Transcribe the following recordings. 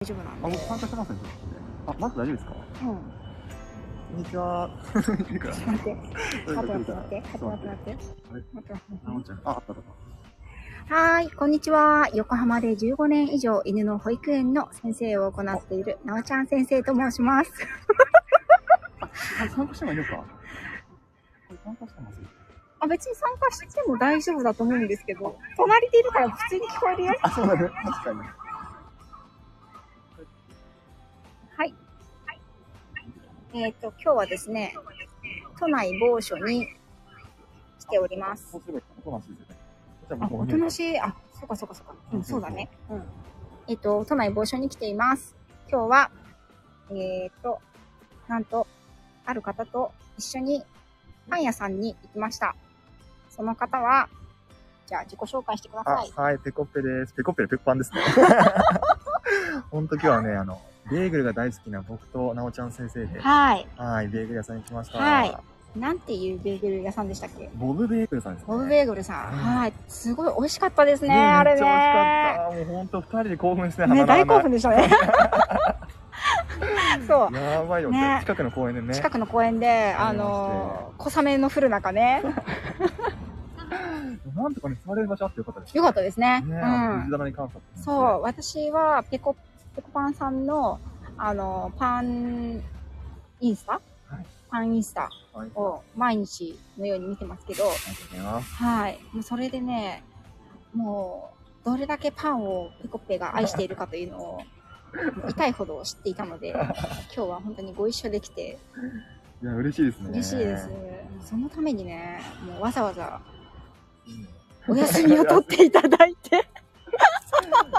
大丈夫なんあ、で僕参加してますね、ちょっと。あ、マスク大丈夫ですかこんにちは。いいからうん待ってとに待かっくて来待ってるから待ってち待って待っょては待って待っいてあ、もっちゃん。あ、あったあっはーい、こんにちは。横浜で15年以上犬の保育園の先生を行っているなおちゃん先生と申します。た。あ、参加してもいいのか。これ参加してますあ、別に参加しても大丈夫だと思うんですけど、隣でいるから普通に聞こえるよ。あ、そうだね。確かに。はい。えっ、と、今日はですね、都内某所に来ておりますそ。うすればおとなしいですよね。じゃああ、僕もおとなしい。あ、そうかそうかそうか。うん、そうだね。うん。えっ、と、都内某所に来ています。今日は、えっ、と、なんと、ある方と一緒にパン屋さんに行きました。その方は、じゃあ自己紹介してください。あ、はい、ペコッペです。ペコッペでペコパンですね。ほんと今日はね、あの、ベーグルが大好きな僕となおちゃん先生で、はい。はい、ベーグル屋さんに来ました。はいなんていうベーグル屋さんでしたっけボブベーグルさんですね。ボブベーグルさん。うんはい。すごい美味しかったですね、ねあれめっちね。ゃ美味しかった。もうほんと二人で興奮してね、鼻の穴大興奮でした ね。そう。やばいよ、ね近くの公園でね。近くの公園で、あのー、小雨の降る中 ね、なんとかね、座れる場所あってよかったです。よかったですね。ねえ、あのう藤ん。棚に関してそう、私はペコ、ペコパンさんの、あのー、パン、インスタ、はいパンインスタう。はい。を毎日のように見てますけど、ありがとうございます。はい。もうそれでね、もう、どれだけパンをペコッペが愛しているかというの を、痛いほど知っていたので、今日は本当にご一緒できて、いや、嬉しいですね。嬉しいです。そのためにね、もうわざわざいいね。お休みを取っていただいて。い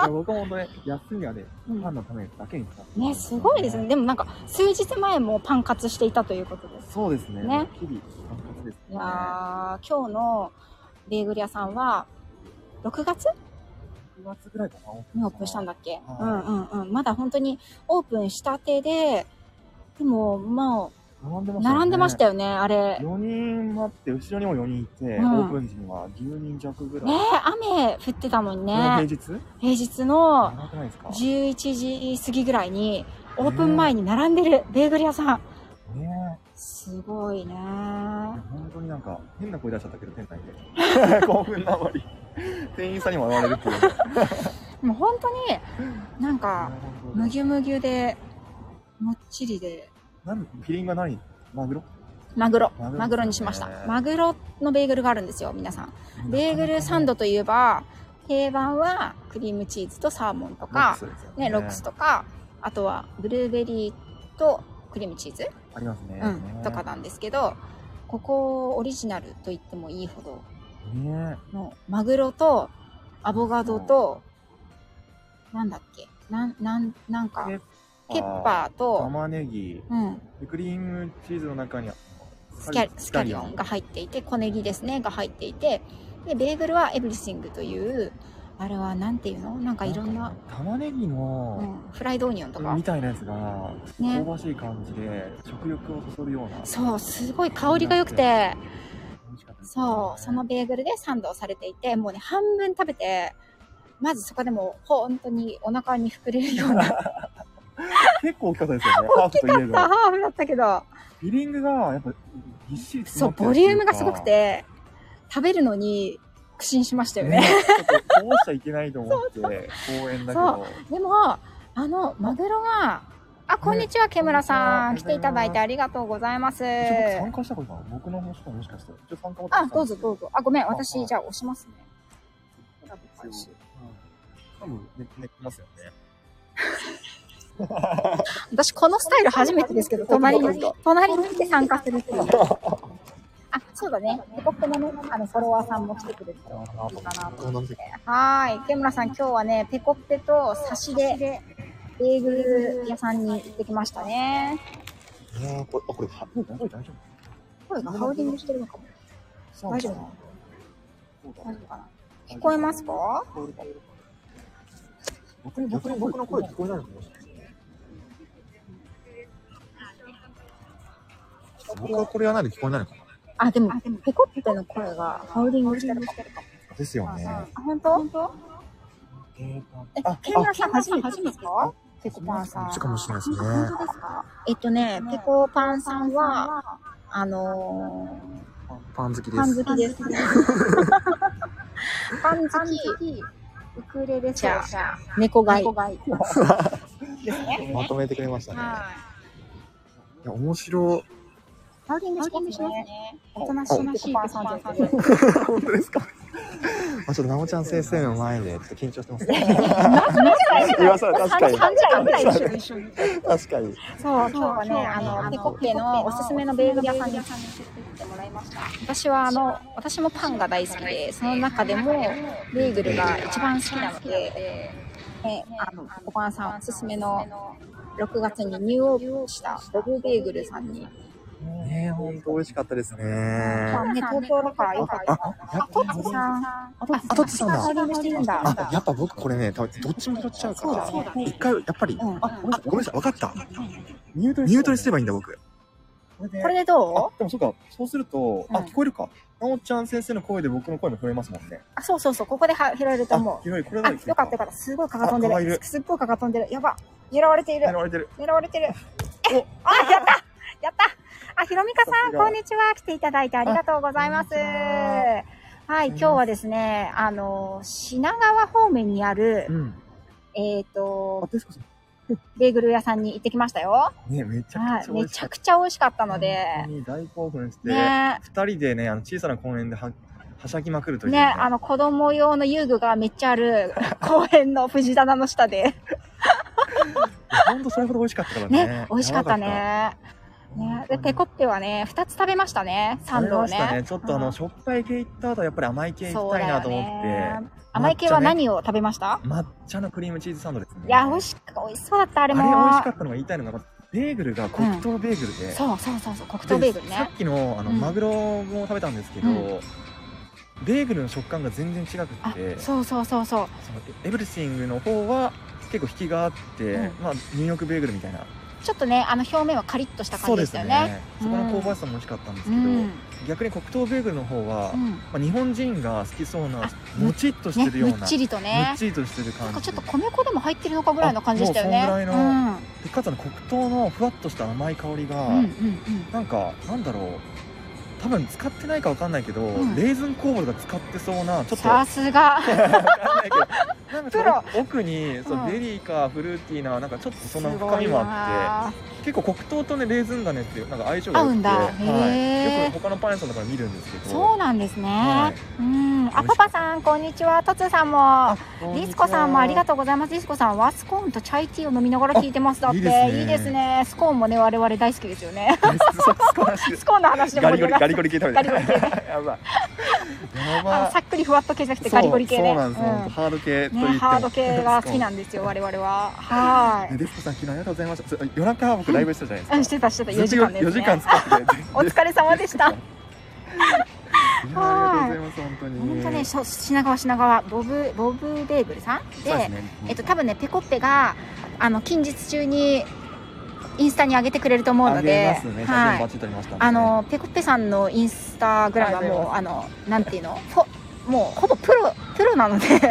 や僕も本当ね、休みはね、ファンのためだけに使って。 ね、すごいですね。。でもなんか、数日前もパン活していたということです。そうですね。ね日々、活発ですね。いやー、今日のベーグル屋さんは、6月6月ぐらいかな。にオープンしたんだっけはういんうんうん。まだ本当にオープンしたてで、でも、も並んでう、ましたよね。並んでましたよね、あれ。ね4人待って、後ろにも4人いて、うオんープン時には10人弱ぐらえい。雨降ってたもんこれはね。平日平日の長くないですかね11時過ぎぐらいに、オープン前に並んでるベーグル屋さん。え。すごいねいや本当になんか変な声出しちゃったけど店内で 興奮のあまり店員さんにも笑われるっていうもう本当に、なんか、むぎゅむぎゅで、もっちりで、なんフィリングが何マグロマグロ、マグロマグロにしましたね。マグロのベーグルがあるんですよ、皆さん。ベーグルサンドといえば、定番はクリームチーズとサーモンとロックかス、ですよね、ロックスとか、あとはブルーベリーとクリームチーズ、ありますね、うん、とかなんですけど、ここオリジナルと言ってもいいほど、ねもうマグロとアボカドと、なんだっけ、なん、なん、なんか、ケッパーーと、玉ねぎうん、でクリームチーズの中にスキャスキャリオンが入っていて小ネギですねが入っていてでベーグルはエブリシングというあれはなんていうのなんかいろんな、玉ねぎうの、ん、フライドオニオンとかみたいなやつがね香ばしい感じで食欲をそそるようなそうすごい香りが良くて美味しかったですねそうそのベーグルでサンドをされていてもうね半分食べてまずそこでもう本当にお腹に膨れるような結構大きかったです よね大きかさあハーフだったけどフィリングがやっぱぎっしりそう詰まってボるリュームがすごくってて食べるのに苦心しましたいようねか。ね、ちょっとこうしちゃいけないと思って、公園だけど。でも、あの、マグロが、あ、こんにちは、ケムラさん。来こんにちはていただいてありがとうございます。一応僕参加したことない。僕の話ももしかして。一応参加もあ、どうぞどうぞ。あ、ごめん、あ私、はいじゃあ押しますね。一応多分、ね、寝てますよね。私、このスタイル初めてですけど、隣に、隣に来て参加するっていう。あ、そうだね。ペコペのね、あの、フォロワーさんも来てくれていいかなと思って。はーい。ケムラさん、今日はね、ペコッペと差しで、ベーグル屋さんに行ってきましたね。いやー、これ、あ、これ、は大丈夫大丈夫声がハウリングしてるのかも。そう大丈夫かなそうだ大丈夫かな聞こえますか聞こえるか僕に僕に僕の声聞こえないのかもしれない。僕はこれやないで聞こえないのかなあ、でも、ペコッペの声がハウリングしてるかも。ですよね。あ、本当えーとえあ、、ケンナさん初めてですかペコパンさん。そっちかもしれないですね。本当ですかえっとね、ペコパンさんは、あのパン好きー、でパンす。好きです。パン好き、ウクレレじ奏ゃ者あ、猫飼い猫。がいですね。まとめてくれましたね。はい。いや、面白ハウリングしますね。おとなしなしいペコパンさんです。い。本当ですかあちょっと、なおちゃん先生の前で、ちょっと緊張してますね。言わされた確かに。 3時間ぐらい一緒に一緒に確かに。そう、今日はね、あの、ペコッペのおすすめのベーグル屋さんにてもらいました。私はあの私もパンが大好きでその中でもベーグルが一番好きなので、ね、あのおばあさんおすすめの6月にニューオープンしたボブベーグルさんに、ねえ、ほんと美味しかったですね。まあね、東京だからよかったあ、やっトッツさんぱ、トッツさんだ。がしてるんだあ、やっぱ僕これね、多分どっちも拾っちゃうかそうだら、ね一回、やっぱり、うんあ、ごめんなさい、わかった。ミュートにすればいいんだ、僕。これでこれでどうあでもそうか、そうすると、あ、うん聞こえるか。なおちゃん先生の声で僕の声も拾えますもんね。あそうそうそうここでは拾えると思あう拾える、これあだよかったよかったすごい蚊が飛んであ蚊るがいるすっごい蚊が飛んでるやば狙われている拾われてる。狙われてるえあやったやったあひろみかささんすがこんにちは来ていただいてありがとうございますあこんにちははい今日はですねあの品川方面にある、うん。えっ、あ、とテスコさベーグル屋さんに行ってきましたよん。ね、めちゃはくいちゃ美め味しちゃかっくちゃ美味しかったた。ので本当に大興奮して、ね二人でね、あの小さな公園でははしゃぎまくるというねあの子供用の遊具がめっちゃあ る公園の藤棚の下で本当それほど美味しかったからね。ね美味しかったねねでペコッペはね2つ食べましたねサ食ンべドをましたねね。ちょっとあうんの、しょっぱい系行った後はやっぱり甘い系行そきうたいだなよと思ってね。甘い系は何を食べました抹茶のクリームチーズサンドですね。いや、美味ししく、美味しそうだった、ああれれも。美味しかったのが言いたいのが、ベーグルが黒糖ベーグルで、そうそうそうそう、黒で糖ベーグルさね。っきのあの、うんマグロも食べたんですけど、うんベーグルの食感が全然違くあて、そうそうそうそう。そのエブリシングの方は結構引きがあって、うんまあ、ニューヨークベーグルみたいなちょっとね、あの表面はカリッとしたそ感うじでですしたよよね。ねそこの香ばしさも美味しかったんですうけど、ん。逆に黒糖ベーグルの方は、うん。まあ、日本人が好きそうなあもちっとしてね、るようむな、っちりとむねっ。ちりとしてるなんか感じちょっと米粉でも入ってるのかぐらいの感じでしたよね。あもうそんぐらいうのん。でかつあの黒糖のふわっとした甘い香りが、うんうんうん。なんかなんだろう多分使ってないかわかんないけど、んレーズンコールが使ってそうなちょっとさすが。わかんないけどなんかちょっと奥にそううんベリーかフルーティーななんかちょっとそんな深みもあすごいなって結構黒糖とねレーズン種ってなんか相性が良合うくてんだはい、へーよく他のパン屋さんとかで見るんですけどそうなんですはねい。うん。あ、パパさん、こんにちは。とつさんも。ディスコさんもありがとうございます。ディスコさんはスコーンとチャイティーを飲みながら聞いてます。だっていいですねいいですね。スコーンもね、我々大好きですよね。う少しスコーンの話でガ盛り上リゴリがっガリゴリ系食べてるガリゴリやばいやあばのさっくりふわっと系じゃなくてガリゴリ系でそうそうなんです、本当うハード系とん言ってもね、ハード系が好きなんでですよ我々ははーいディスコさん昨日ありがとうございましたそう夜中僕ライブしたじゃないですか、うんしてたしてた4時間です、ね、 4時間使って お疲れ様で したいやありがとうございます本当に本当ねしょ品川品川ボブボブベーグルさんでそうですねえっと多分ねペコッペがあの近日中にインスタに上げてくれると思うのであげますね。写は真いバッチリ撮りました、ね。あのペコッペさんのインスタグラムはもうあのなんていうのほもうほぼプロプロなのでいやい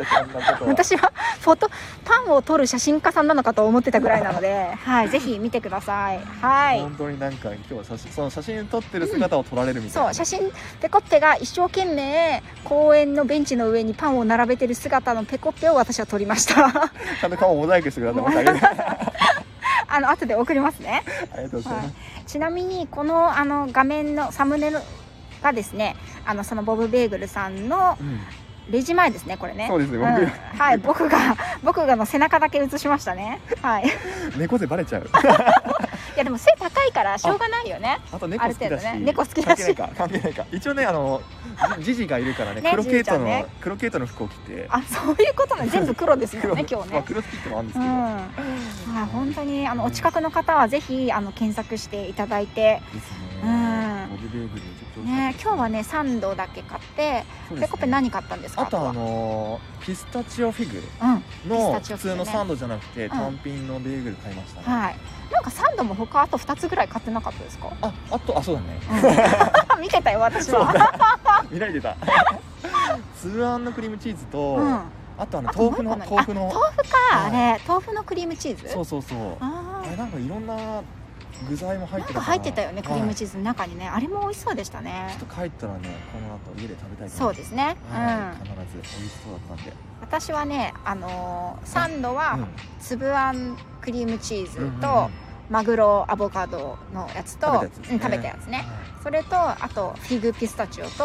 や、そんなことは。私はフォトパンを撮る写真家さんなのかと思ってたぐらいなので、はい、ぜひ見てください。はい本当になんか、今日は写真、その写真撮ってる姿を撮られるみたいそな。う写真ペコッペが一生懸命公園のベンチの上にパンを並べてる姿のペコッペを私は撮りました ちゃんと顔をモザイクしてください。またあげるああの後で送りますねりが とうございます。ちなみにこのあの画面のサムネのがですねあのそのボブベーグルさんのうんレジ前ですねこれねそうですね、うんはい、僕が、 僕がの背中だけ映しましたね。はい。い僕、猫背バレちゃう。 や、でも背高いから、しょうがないよね。あとあ猫る好き程度だし。ね猫好きだし関係ないか、関係ないか。一応ね、あの、じじじがいるからね、ね黒系じ統の、いちゃんね黒系統の服を着て。あ、そういうことね、全部黒ですもんね、今日まあ、ね。黒好きってのもあるんでうすん。けど、はい、本当に、あの、お近くの方は、ぜひ、あの、検索していただいて。ですうんね。ボディベーグル、ちょっと美味しかったねで、す。今日はね、サンドだけ買って、そうペですねコペ何買ったんですか。あとあのーピスタチオフィグはうん、のピスタチ普オフィ通グねのサンドじゃなくてん単品のベーグル買いましたね、はい。なんかサンドも他あと2つぐらい買ってなかったですかああとあそうだね 見てたよ私そうは だ見られてたツーアンのクリームチーズと、うんあとあのあと豆腐のもう一個豆腐何のあ豆腐か、はいあれ豆腐のクリームチーズそうそうそうあああれなんかいろんな具材も入っなんてたかか入らってたよねクリームチーーズの中にね、あれも美味しそうでしたねちょっと帰ったらねこの後家で食べたいそうすですね、はうい、ん必ず美味しそうだったんで、私はねあのーサンドは粒あんクリームチーズと、うんマグロアボカドのやつと食うん、べたやつですね食べたやつねはそれとあとフィグピスタチオとい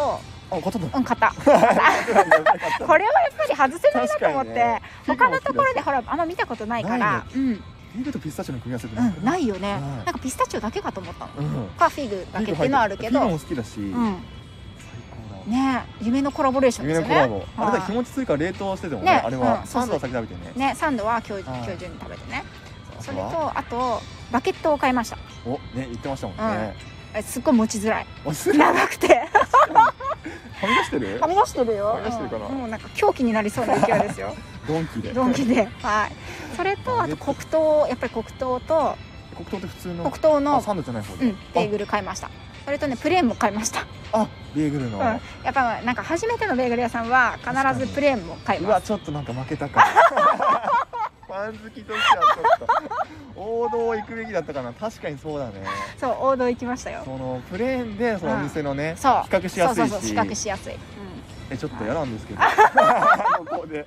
あ 買ったんだうん買 った買これはやっぱり外せないなと思って、確かにね他のところでほらあんま見たことないからうん、ビールとピスタチオの組み合わせってうん、ないいよね、はいなんかピスタチオだけかと思ったの、うんかフィグだけっていうのはあるけビールども好きだし、うん最高だねえ夢のコラボレーションで夢すのよコラねボ、あれだはい日持ち追加冷凍しててもねねあれは、うんそうそサうンドは先食べてねねサンドは今日はい今日中に食べてねあそとれはとあとバケットを買いましたおね言ってましたもんね、えすっごい持ちづらいおすは長く てみ出してるはみ出してるよはみ出してるか なうんもうなんか狂気になりそうな勢いですよドンキでドンキではいそれとあと黒糖やっぱり黒糖と黒糖って普通の黒糖あのサンドじゃない方うで、んベーグル買いましたそれとねプレーンも買いましたあベーグルの、うんやっぱなんか初めてのベーグル屋さんは必ずプレーンも買いうまわすちょっとなんか負け たかパン好きとしてはちょっと王道を行くべきだったかな確かにそうだねそう王道行きましたよそのプレーンでそのお店のね、そう比較しやすいしそうそうそう比較しやすい、うんえちょっと嫌なんですけど ここで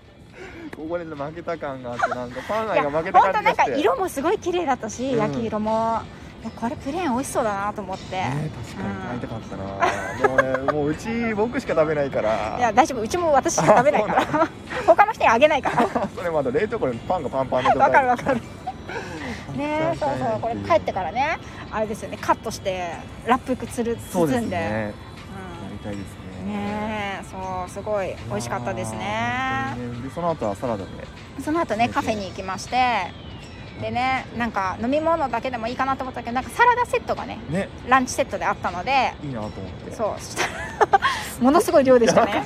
ここで負けた感があってなんかパンい愛やが負けた本当感じながんしてか色もすごい綺麗だったし、うん焼き色もいやこれプレーン美味しそうだなと思って、ね確かに会いたかったな、でもねもううち僕しか食べないからいや大丈夫うちも私しか食べないから 他の人にあげないからそれまだ冷凍庫でパンがパンパンの状わか態るでわかるねそうそうこれ帰ってからねあれですよねカットしてラップつる包んそうでですねやりうたいん、ですねねえそうすごい美味しかったですいやねー本当にねでその後はサラダでその後ねカフェに行きましてでねなんか飲み物だけでもいいかなと思ったけどなんかサラダセットがねねランチセットであったのでいいなと思ってそうそしたら ものすごい量でしたね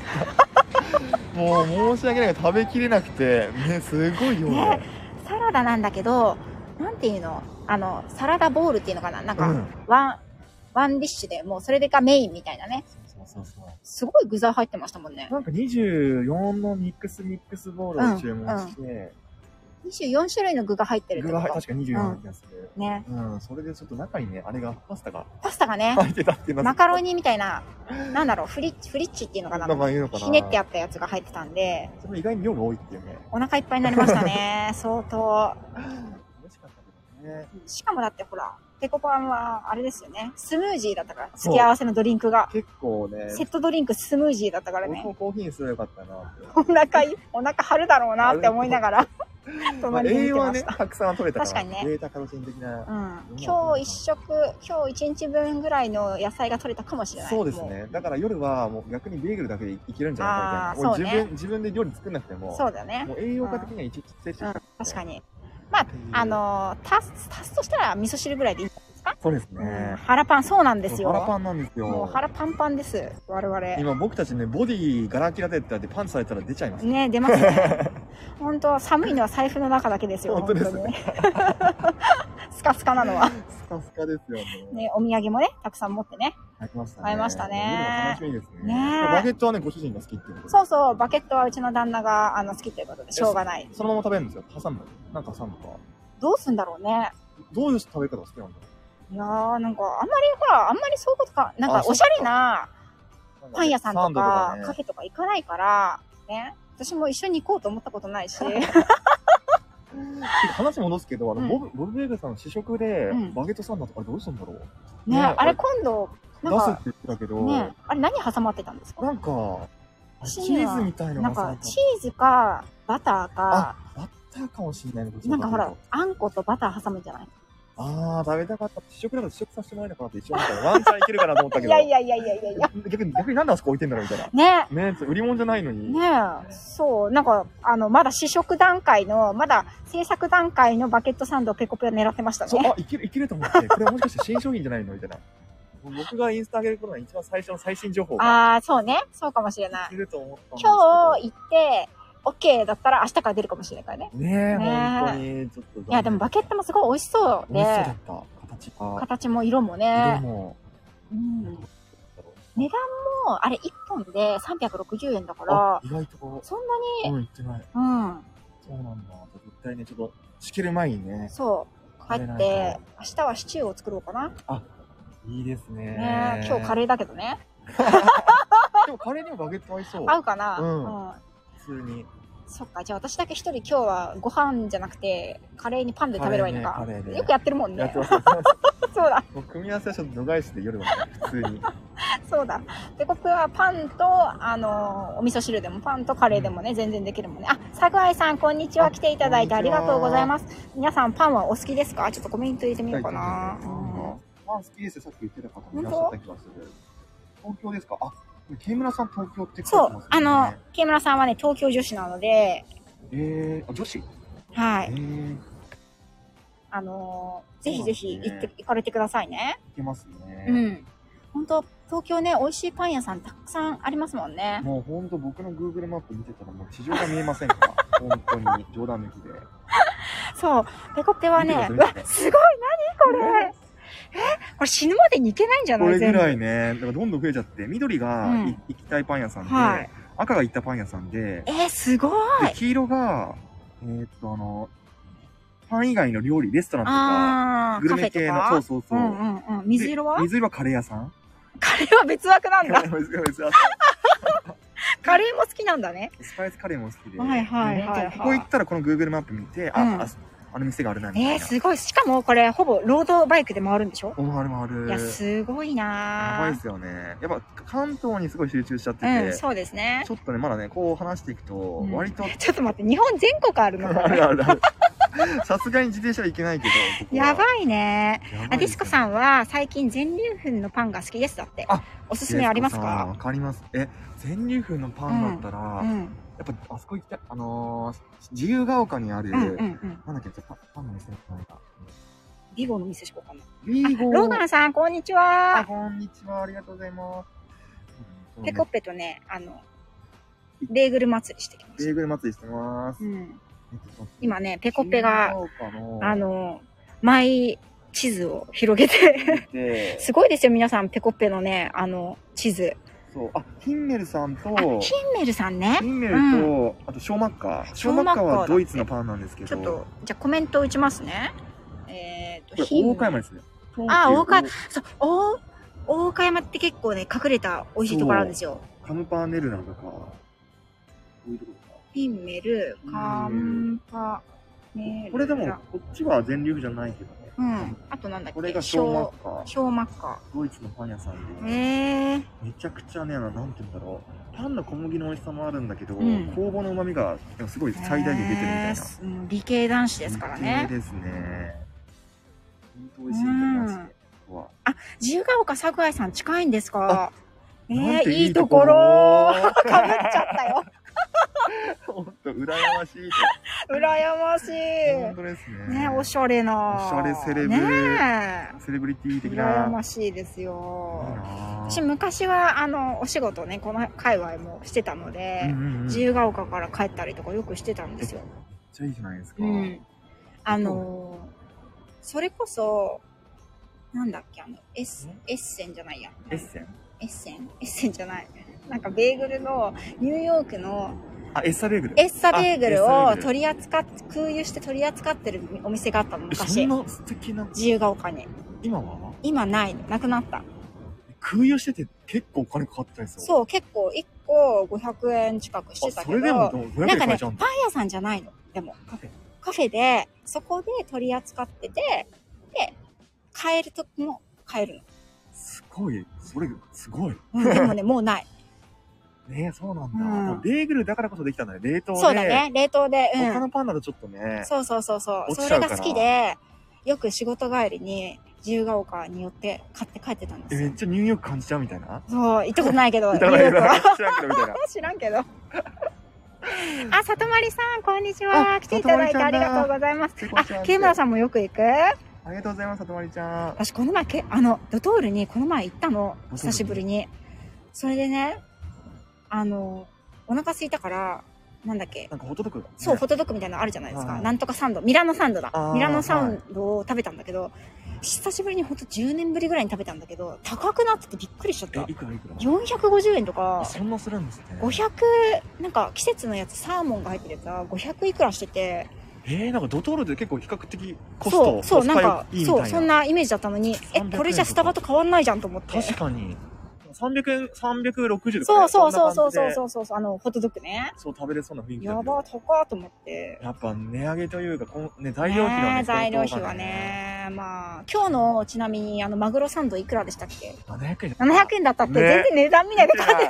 もう申し訳ないが食べきれなくてねすごい量で、ねサラダなんだけどなんていうのあのサラダボウルっていうのかななんか、うんワンワンディッシュでもうそれがメインみたいなねそうそうそうすごい具材入ってましたもんねなんか24のミックスミックスボールを注文して、 24種類の具が入ってるって具こがと確か24の気がする、ねうんそれでちょっと中にねあれがパスタがパスタがね入ってたっていうのマカロニニみたいななんだろうフリッフリッチっていうのかななんか言うのかなひねってあったやつが入ってたんでそれ意外に量が多いっていうねお腹いっぱいになりました ね相当美味しかったけどねしかもだってほらペコパンはあれですよねスムージーだったから付け合わせのドリンクが結構ねセットドリンクスムージーだったから俺ねもコーヒーにすればよかったなってお腹いお腹張るだろうなって思いながらまあ 隣で栄見て養はまねした、たくさん取れたから確かにねベータカロテン的な、うん、今日一食今日一日分ぐらいの野菜が取れたかもしれないそうですもねだから夜はもう逆にベーグルだけでいけるんじゃあないかーみたいな俺そうね自分自分で料理作んなくてもそうだねもう栄養価的には一日摂うん取確かにまああのー足す足すとしたら味噌汁ぐらいでいいんじゃないですか、そうですね、うん、腹パンそうなんですよ腹パンなんですよもう腹パンパンです我々今僕たちねボディガラキラでってやってパンツされたら出ちゃいますね出ます ね本当寒いのは財布の中だけですよ本当ですね本に スカスカなのはスカスカですよねねお土産もねたくさん持ってね買いましたね買いましたねもう夜は楽しみですねねバゲットはねご主人が好きっていうことでそうそうバケットはうちの旦那があの好きということでしょうがないそのまま食べるんですよ挟むなんか挟むとかどうすんだろうねどういう食べ方が好きなんだろいやーなんかあんまりほらあんまりそういうことかなんあかそっかおしゃれなうなんかねパン屋さんとサかンドとかねカフェとか行かないからね私も一緒に行こうと思ったことない してか話戻すけど、あの、うんボブ、ボブベーグルさんの試食で、うんバゲットサンドとかあれどうしたんだろうねねあれ今度出なんすっかて言ってたけど、ねあれ何挟まってたんですかなんか、あチチーズはーズみたいのながんさかチーズかバターかあ、あったかもしれないねこっちなのんかほバらゲットあんことバター挟むんじゃないあー、食べたかった。試食だから試食させてもらえないかなって一応思ったら、ワンチャンいけるかなと思ったけいど。やいやいやいやいやいや逆に、逆になんであそこ置いてんだろうみたいな。ねね売り物じゃないのに。ねえ、そう、なんか、あの、まだ試食段階の、まだ制作段階のバケットサンドをペコペコ狙ってましたそう、ね。あ、いける、いけると思って、これもしかして新商品じゃないのみたいな。僕がインスタ上げる頃の一番最初の最新情報が、ああ、そうね。そうかもしれないいけ。ると思ったんですけど。今日行って、OK だったら明日から出るかもしれないからね。ねねえ、え本当に、ちょっと。いや、でもバケットもすごい美味しそう美味しそうだでっ、た。形が。形も色も色ね。も。うん。値段も、あれ1本で360円だからあ、、意外とこそんなう、に、うん、行ってなうい。ん、そうなんだ。絶対ね、ちょっと、仕切る前にね、そう、カ入レーなっんかて、明日はシチューを作ろうかな。いいですね。ね今日カレー。ーだけどね。でもカレーにもバゲット合いそう。合うかな、うんうん普通に。そっか、じゃあ私だけ一人今日はご飯じゃなくて、カレーにパンで食べればいいのかカ。レーねカレーねよくやってるもんやっねて。ます。そうだ、もう組み合わせはちょっと度外視で夜は普通に。そうだ。で、僕はパンと、あのーお味噌汁でもパンとカレーでもね、全然できるもんね。あ、桜井さん、こんにちは。あ来ていただいてありがとうございこんます。皆さん、パンはお好きですかちょっとコメント入れてみようかな。うんあ、好きですよさっき言ってた方もいらっしゃった気がする。東京ですかあ、ケイムラさん東京ってそ書いてまうす、あよねの、木村さんはね、東京女子なので、えー、あ、女子はえい。ー、いあのーぜひぜひ行って、そうなんですね行かれてくださいね。けますうね。ん。本当東京ね、美味しいパン屋さんたくさんありますもんね。もうほんと僕の Google マップ見てたらもう地上が見えませんから。本当に冗談抜きで。そう。ペコペはね、う見てわください見てくださ、いすごい何これえこれ死ぬまでに行けないんじゃないこれぐ全らいね、だからどんどん増えちゃって、緑がうんい行きたいパン屋さん部で、はい。赤が行ったパン屋さんで、えー、すごいで黄色が、えーっと、あの、パン以外の料理、レストランとか、あー、グカルフェメと系の、そうかそううそう。んうんうん。水色はで水色はカレー屋さん。カレーは別枠なんだ。 水色は水色カレーも好きなんだね。スパイスカレーも好きで。はいはいはいはいで本当ここ行ったらこの Google マップ見て、あ、うんああの店があるな、みたえいー、な。すごい。しかもこれ、ほぼロードバイクで回るんでしょおまるまる。いや、すごいやばいなですよね。やっぱ関東にすごい集中しちゃってて、ーうん、そうですねち。ょっとね、まだね、こう話していくと、ん割と、ちょっと待って、日本全国ある のこあれるあるある。さすがに自転車はいけないけど。ここはやばいね。やばあ、いデでィスすよコさんは最近全粒粉のパンが好きですだって。あおすすめありますディスコさかんわかります。え、全粒粉のパンだったら、うやん。っぱあそこ行きたい。あのー、自由が丘にある、うんうんうん。なんだっけ、パパンの店の名前が。ビゴの店しかわかんない。ビーゴー。ローガンさん、こんにちあ、は。こんにちは。ありがとうございます。うんペコッペとね、あの、ベーグル祭りしてきまベしーグル祭りしてます。た。うん。今、今ね、ペコッペが、あの、の、マイ地図を広げ て、見てすごいですよ、皆さん、ペコッペのね、あの、地図。そう、あ、ヒンメルさんと、あ、ヒンメルさんねヒ。ンメルと、あとショーマッカー。ショーマッカーはドイツのパンなんですけど、ちょっと、じゃあコメント打ちますね。えーと、これ大岡ル山ですね。あ大岡山。そう、大、大岡山って結構ね、隠れた美味しいところあるんですよ。カムパーネルナとか、こういうところか。ピンメル、カンパネル。これでも、こっちは全粒じゃないけどね。うん。あとなんだっけこれがショーマッカー。ショーマッカドイツのパン屋さんー。で、へえ。めちゃくちゃね、あのなんて言うんだろう。パンの小麦の美味しさもあるんだけど、ん酵母の旨味がすごい最大限出てるみたいな。へーうん理系男子ですから有名ね。ですね。本当美味しいんだよ、マジで。ここは自由が丘桜井さん近いんですかえなんー、ていいところ。かぶっちゃったよ。本当羨ましい。羨ましい。本当ですね。ね、おしゃれな。おしゃれセレブねセレブリティえ。的な。羨ましいですいいよ。な私昔は、あの、お仕事ね、この界隈もしてたので、うんうんうん自由が丘から帰ったりとかよくしてたんですよ。めっちゃいいじゃないですか。うん。あのーそれこそ、なんだっけ、あの、エッんエッセンじゃないや。エッセンエッセンエッセンじゃない。なんかベーグルの、ニューヨークのあ、エッサベーグル。エッサベーグルあをエッサベーグル取り扱っ、空輸して取り扱ってるお店があったの、えそ昔ん。な素敵な、自由が丘に。今は今ないの。なくなった。空輸してて結構お金かかったんですよ。う。そう、結構1個500円近くしてたそけれでもど、 500なん円か買えね、ちゃうんパンだ。屋さんじゃないの。でも。カフェカフェで、そこで取り扱ってて、で、買える時も買えるすごい。それ、すごい。の。うん、で もね、もうない。ねそうなんだ。うんもうベーグルだからこそできたんだね。冷凍で。そうだね、冷凍で。他うのパンだとちょっとねん。。そうそうそうそう。落そちちれゃうかがら好きで、よく仕事帰りに自由が丘に寄って買って帰ってたんですえめよっ。ちゃニューヨーク感じちゃうみたいな。そう、行ったことないけど、いニュたーだヨいークたは。 知らんけどみたいな。知らんけど。 あ、里まりさん、こんにちは。あ来ていただいて里あまりりちゃんだがとうございます。瀬古あちゃんっ、てケイムラさんもよく行くありがとうございます、さとまりちゃん。私、この前、けあの、ドトールにこの前行ったの。ドトールに久しぶりに。それでね、あの、お腹空いたから、なんだっけ。なんかホットドッグが。そう、ねホットドッグみたいなのあるじゃないですか。はいなんとかサンド。ミラノサンドだあ。ーミラノサンドを食べたんだけど、久しぶりにほんと10年ぶりぐらいに食べたんだけど、高くなっててびっくりしちゃったえ、。いくらいくら450円とあか、そんなするんですね。 500、なんか季節のやつ、サーモンが入ってるやつは500いくらしてて、えー、なんかドトールで結構比較的コストそう、そう、コスなんパかいいみ、たいそう、そんなイメージだったのに、え、これじゃスタバと変わんないじゃんと思って。確かに。300円、360とか、そね。うそうそうそうそんそうそな感じでうそう、あの、ホットドッグね。そう食べれそうな雰囲気だけやどば、高っと思って。やっぱ値上げというか、こんね、材料費がねね、え材料費は。ね、まあ、今日のちなみに、あの、マグロサンドいくらでしたっけ700円じゃん。 700円だったって、ね全然値段見ないで買って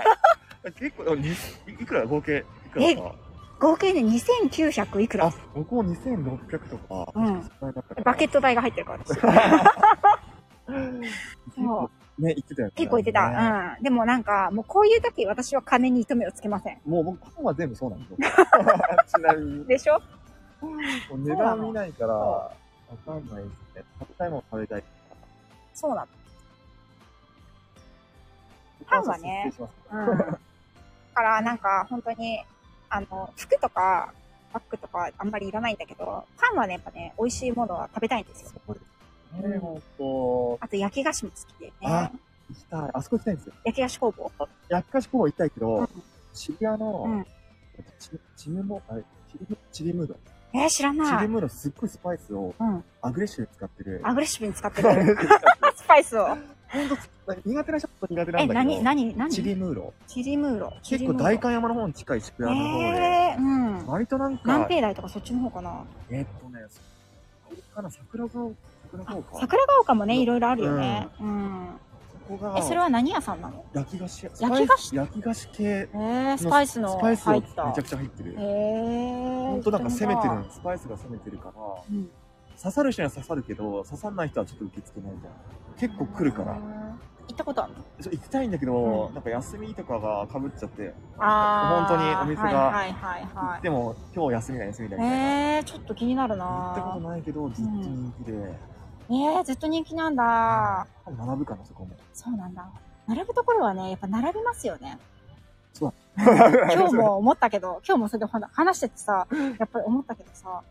た。結構、にいくら合計いくらだっ合計で2900いくたらあ。、僕も2600とか。うん。それだったからバケット代が入ってるから私。結構ね、言ってたよね。結構言ってね。た。うん。でもなんか、もうこういう時私は金に糸目をつけません。もう僕、パンは全部そうなんですよ。ちな みに。でしょもう値段見ないから、わかんないですね。食べたいもの食べたい。そうなパンはね失礼します。の。うん。だからなんか、本当に、あの、服とか、バッグとかあんまりいらないんだけど、パンはね、やっぱね、美味しいものは食べたいんですよ。そうですね、ほんと。あと焼き菓子も好きでねあ。行きたい。あそこ行きたいんですよ。焼き菓子工房。薬菓子工房行きたいけうんど、渋谷うのん、ちちりも、あれ、ちり、ちりムード。ちえー、知らないり。ムードすっごいスパイスをうん。アグレッシブに使ってる。アグレッシブに使ってアグレる。 ッシブに使ってるスパイスを。なんか苦手な人は苦手なえ、んだ何け何ど、何ちりムード。チリムーロ。結構代官山の方に近い渋谷の方で、えー、うん。割となんか南、平台とかそっちの方かな。えーっとね、そこかな、桜が桜あ川か。桜ヶ丘もね、いろいろあるよね。うん。ここがえ、それは何屋さんなの焼き菓子屋。焼き菓子焼き菓子系えー、スパイスのスパ入イっスがた。めちゃくちゃ入ってるえ。ー。ほんとなんか攻めてる本の、スパイスが攻めてるから、当だうん。刺さる人には刺さるけど、刺さんない人はちょっと受け付けないみたいな。結構来るから。行ったことあるのちょ行きたいんだけど、うんなんか休みとかが被っちゃって、あ本当にお店がはいはいはい行はっい。ても今日休みだ休みだみたいな。えー、ちょっと気になる行ったこなとないけど、ずっと人気で。えー、ずっと人気なんだ。学ぶかな、そこも。そうなんだ。並ぶところはね、やっぱ並びますよね。そう。今日も思ったけど、今日もそれでほな話しててさ、やっぱり思ったけどさ、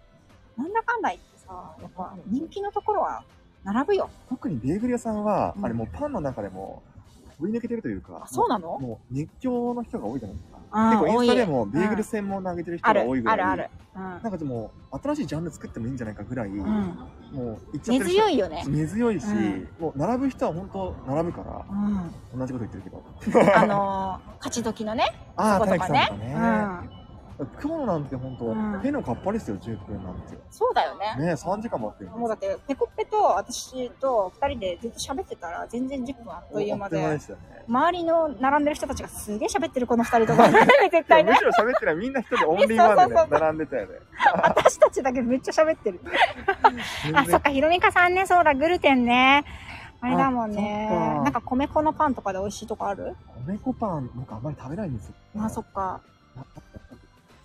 なんだかんだ言ってさ、やっぱ人気のところは並ぶよ。 特にベーグル屋さんは、うんあれもうパンの中でも飛び抜けてるというか、あそうなのもう熱狂の人が多いじゃないですか。あー結構インスタでもいベーグル専門の上げてる人あがる多い、ぐらあい、る、ある。なんかでも新しいジャンル作ってもいいんじゃないかぐらい、うん。うん。もういっちゃ根ってる強いいよね。根強いし、うんもう並ぶ人は本当並ぶからう、ん。同じこと言ってるけど。あのー、勝ち時のね。 ああ、そ田こと中かさんねとかうね。ん。今日なんて本当、うん手のかっぱりですよ、10分なんですよ。そうだよね。ね3時間待ってる。もうだって、ペコペと私と二人でずっと喋ってたら、全然10分あっという間あっという間でで。したよね。周りの並んでる人たちがすげえ喋ってるこの二人とか。 絶対 いねやむ。しろ喋ってないみんな一人でオンリーワンでそうねそう、そう並んでたよね。私たちだけめっちゃ喋ってる。あ、そっか、ひろみかさんね、そうだ、グルテンね。あれだもんねあそっ。かなんか米粉のパンとかで美味しいとこある米粉パン、僕あんまり食べないんですよ。あ、そっか。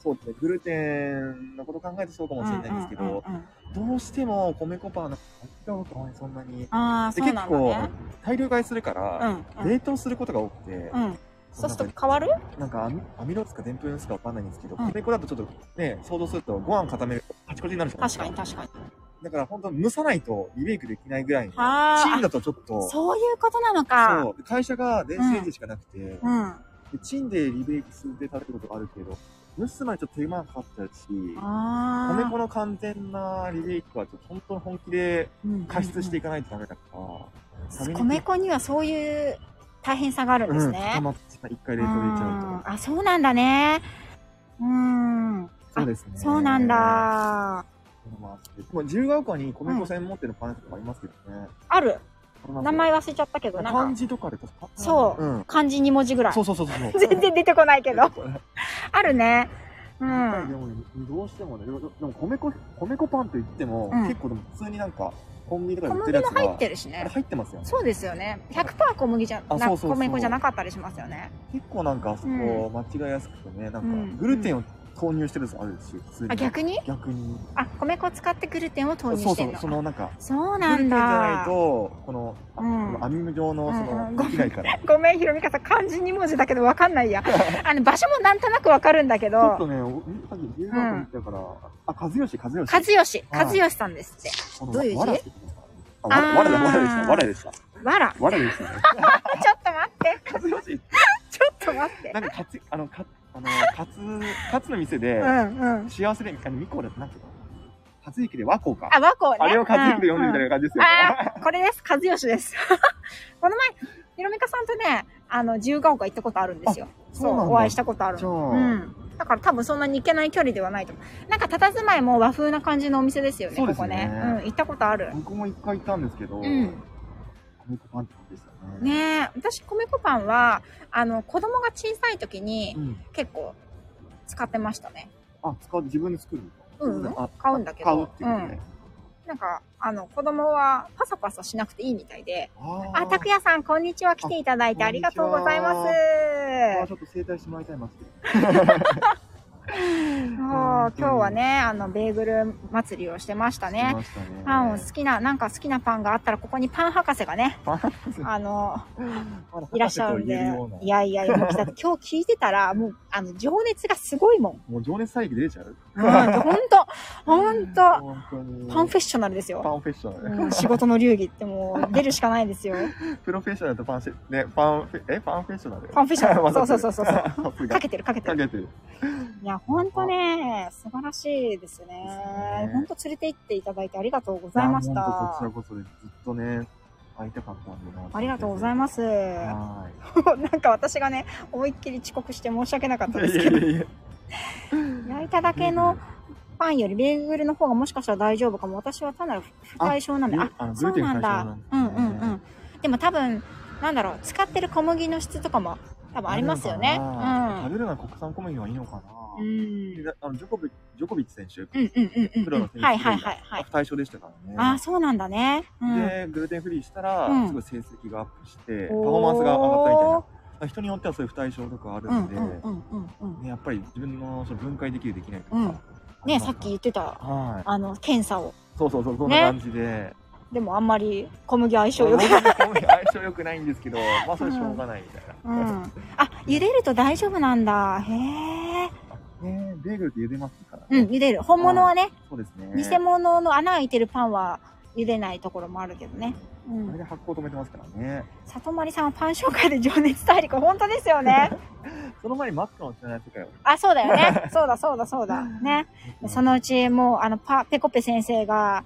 そうですね、グルテンのこと考えてそうかもしれないんですけど、うんうんうんうんどうしても米粉パンの味が僕はそんなに。ああ、でそう結なんだ構ね。大量買いするかうら、んうん。冷凍することが多くて、うん。そうすると変わるなんかアミアミロースかでんぷんしかわかんないんですけど、うん米粉だとちょっとね、想像するとご飯固めるとカチコチになるじゃないで確すかか。に確かに。だから本当蒸さないとリメイクできないぐらいの。チはーンだとちょっと、そういうことなのか。そう会社が電子レンジしかなくて、うん。あでチンでリベイクスで食べることがあるけど、蒸すまでちょっと手間がかかっちゃうし、米粉あ。の完全なリベイクはちょっと本当に本気でうん加湿していかないとダメだから、食べにくい米粉にはそういう大変さがあるんですうん、ね固。まってしまう一回冷凍入れちゃうあーあ、そうなんだね。うん。と。そうですね。そうなん。だ。まあ、もう自由が丘に米粉専門店のパン屋さんとかありますけどね。ある。これなんか名前忘れちゃったけど、な漢んか、字とかで確かそううん。漢字2文字ぐらいそ。うそうそうそう。 全然出てこないけど。これ あるね。うやっぱりん。でもね、どうしてもね、でもでも米粉、米粉パンと言っても、うん結構でも普通になんか、コンビニと小かで売っ麦てるやもつが、入ってるしあれね。入ってますよね。そうですよね。100%小麦じゃ、あなそうそうそう米粉じゃなかったりしますよね。結構なんかあそこ間違いやすくてね、なうんんかグルテンを投入してるやつあるし、普通に。あ、逆に逆に。あ、米粉使ってグルテンを投入そうしてそんう、の。そのなんか、そうグルなテンんじゃなだい。と、この、あうんこの網目状のそうんうんの、できな いから。ちごめん、ひろみかさん、漢字2文字だけど分かんないや。あの、場所もなんとなく分かるんだけょっど、とね、おさっき留学行ったから、あ、和義、和義。和義、はい和義さんですって。このどういう字わらって言ってますからねあわあーわらだ、わらでした、わらでした。わら。わらでしたね。ちょっと待って。すいませんちょっと待って。なんか、かつ、あの、か、あの、かつ、かつの店でう、んうん。幸せで、あの、みこだってなんていうのかつゆきで和光か。あ、和光ね。あれをかつゆきで読んでみたいいな感じですよ。ああ、これです。和義です。 この前、ひろみかさんとね、あの、自由が丘行ったことあるんですよ。そうそなんだう、お会いしたことあるじゃの。あ、うん。だから多分そんなに行けない距離ではないと思う。なんか佇まいも和風な感じのお店ですよね、そうこですこねね。うん、行ったことある。僕も一回行ったんですけど、うん。米粉パンって感じでしたね。ねえ、私、米粉パンは、あの、子供が小さい時にうん。結構使ってましたね。あ、使う、自分で作るのか。うんあ、買うんだけど。買うっていうね。うん。なんか、あの、子供はパサパサしなくていいみたいで。あーあ、拓也さん、こんにちは。来ていただいてあありがとうございますこんに。あーちょっと整体してもらいたいますけど。もう、今日はね、あの、ベーグル祭りをしてましたしね。ましたね。パンを好きな、なんか好きなパンがあったら、ここにパン博士がね、パン博あの、まだいらっしゃるん博士とで言えるような。いやいや、もう来た今日聞いてたら、もう、あの、情熱がすごいも ん。もう情熱大義出ちゃううん、ほんと、ほんと、本当に。パンフェッショナルですパよ。ンフェッショナルね。うん仕事の流儀ってもう出るしかないですよ。プロフェッショナルとパンシェ、ね、パンフェ、え、パンフェッショナルパンフェッショナ ル混ざってるそうそうそうそうさすがかけてるかけてかる。けてる。いや、ほんとね、素晴らしいですね。ほんと連れて行っていただいてありがとうございましやた。本当こちらこそでずっとね、会いたかったんでな。ありがとうございまます。 なはんか私がね、思いっきり遅刻して申し訳なかったーい。ですけど、いやいやいや焼いただけのパンよりベーグルの方がもしかしたら大丈夫かも。私は単なる不対症なんで、あああのそうなんだ。うグんうルテンん対象うなんん。でも多分、なんだろう、使ってる小麦の質とかも多分ありますよね。う食ん。べるのは国産小麦がいいのかなう。んであのジョコビジョコビッチ選手、うんうんうんうんプロのう選ん。手はいはいはいはい。対象でしたからね。ああ、そうなんだね。うん。で、グルテンフリーしたら、うんすごい成績がアップして、パフおーォーマンスが上がったみたいな。だから人によってはそういう不対症とかあるうんんうで、んうんうんうん。ね、やっぱり自分のその分解できる、できないとか。うんありねますさかっき言ってた、はあの、検査を。い。そうそうそう、そんな感じで。でもあんまり小麦相性僕よもく。相性良くないんですけど、まあそれしょうがないみたいうん。な。あ、茹でると大丈夫なんだ。へえ。 ねベーグルって茹でますからうね。ん、茹でる。本物はね、そうですね。偽物の穴開いてるパンは茹でないところもあるけどね。うあれん。で発酵止めてますからね。里まりさんはパン紹介で情熱大陸、本当ですよ ね。その前にマックの知らない世界を。あ、そうだよね。そうだそうだそうだ。ね。そのうちもう、あの、パ、ペコペ先生が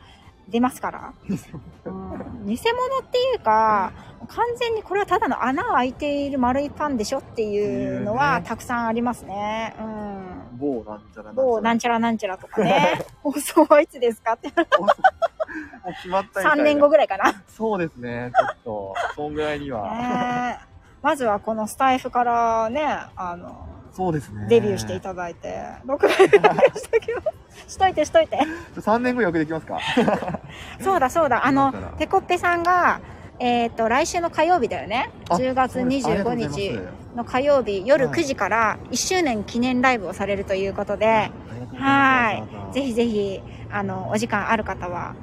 出ますから。うん偽物っていうか、完全にこれはただの穴開いている丸いパンでしょっていうのはっていうねたくさんありますね。うん。 某なんちゃらなんちゃら。某なんちゃらなんちゃらとか ね。放送はいつですかって。 もう決まったみたい3な年後ぐらい かな。そうですね、ちょっと、そんぐらいには。ねえまずはこのスタイフからね、あの、そうですね。デビューしていただいて、6回ぐらいしとき ましといてしといて。 3年後よくできますかそうだそうだ。あわのかった、ペコッペさんが、えっ、と、来週の火曜日だよね。あ10月25日。の火曜日夜はい9時から1周年記念ライブをされるということで、ははぜひぜひ、あの、お時間ある方は、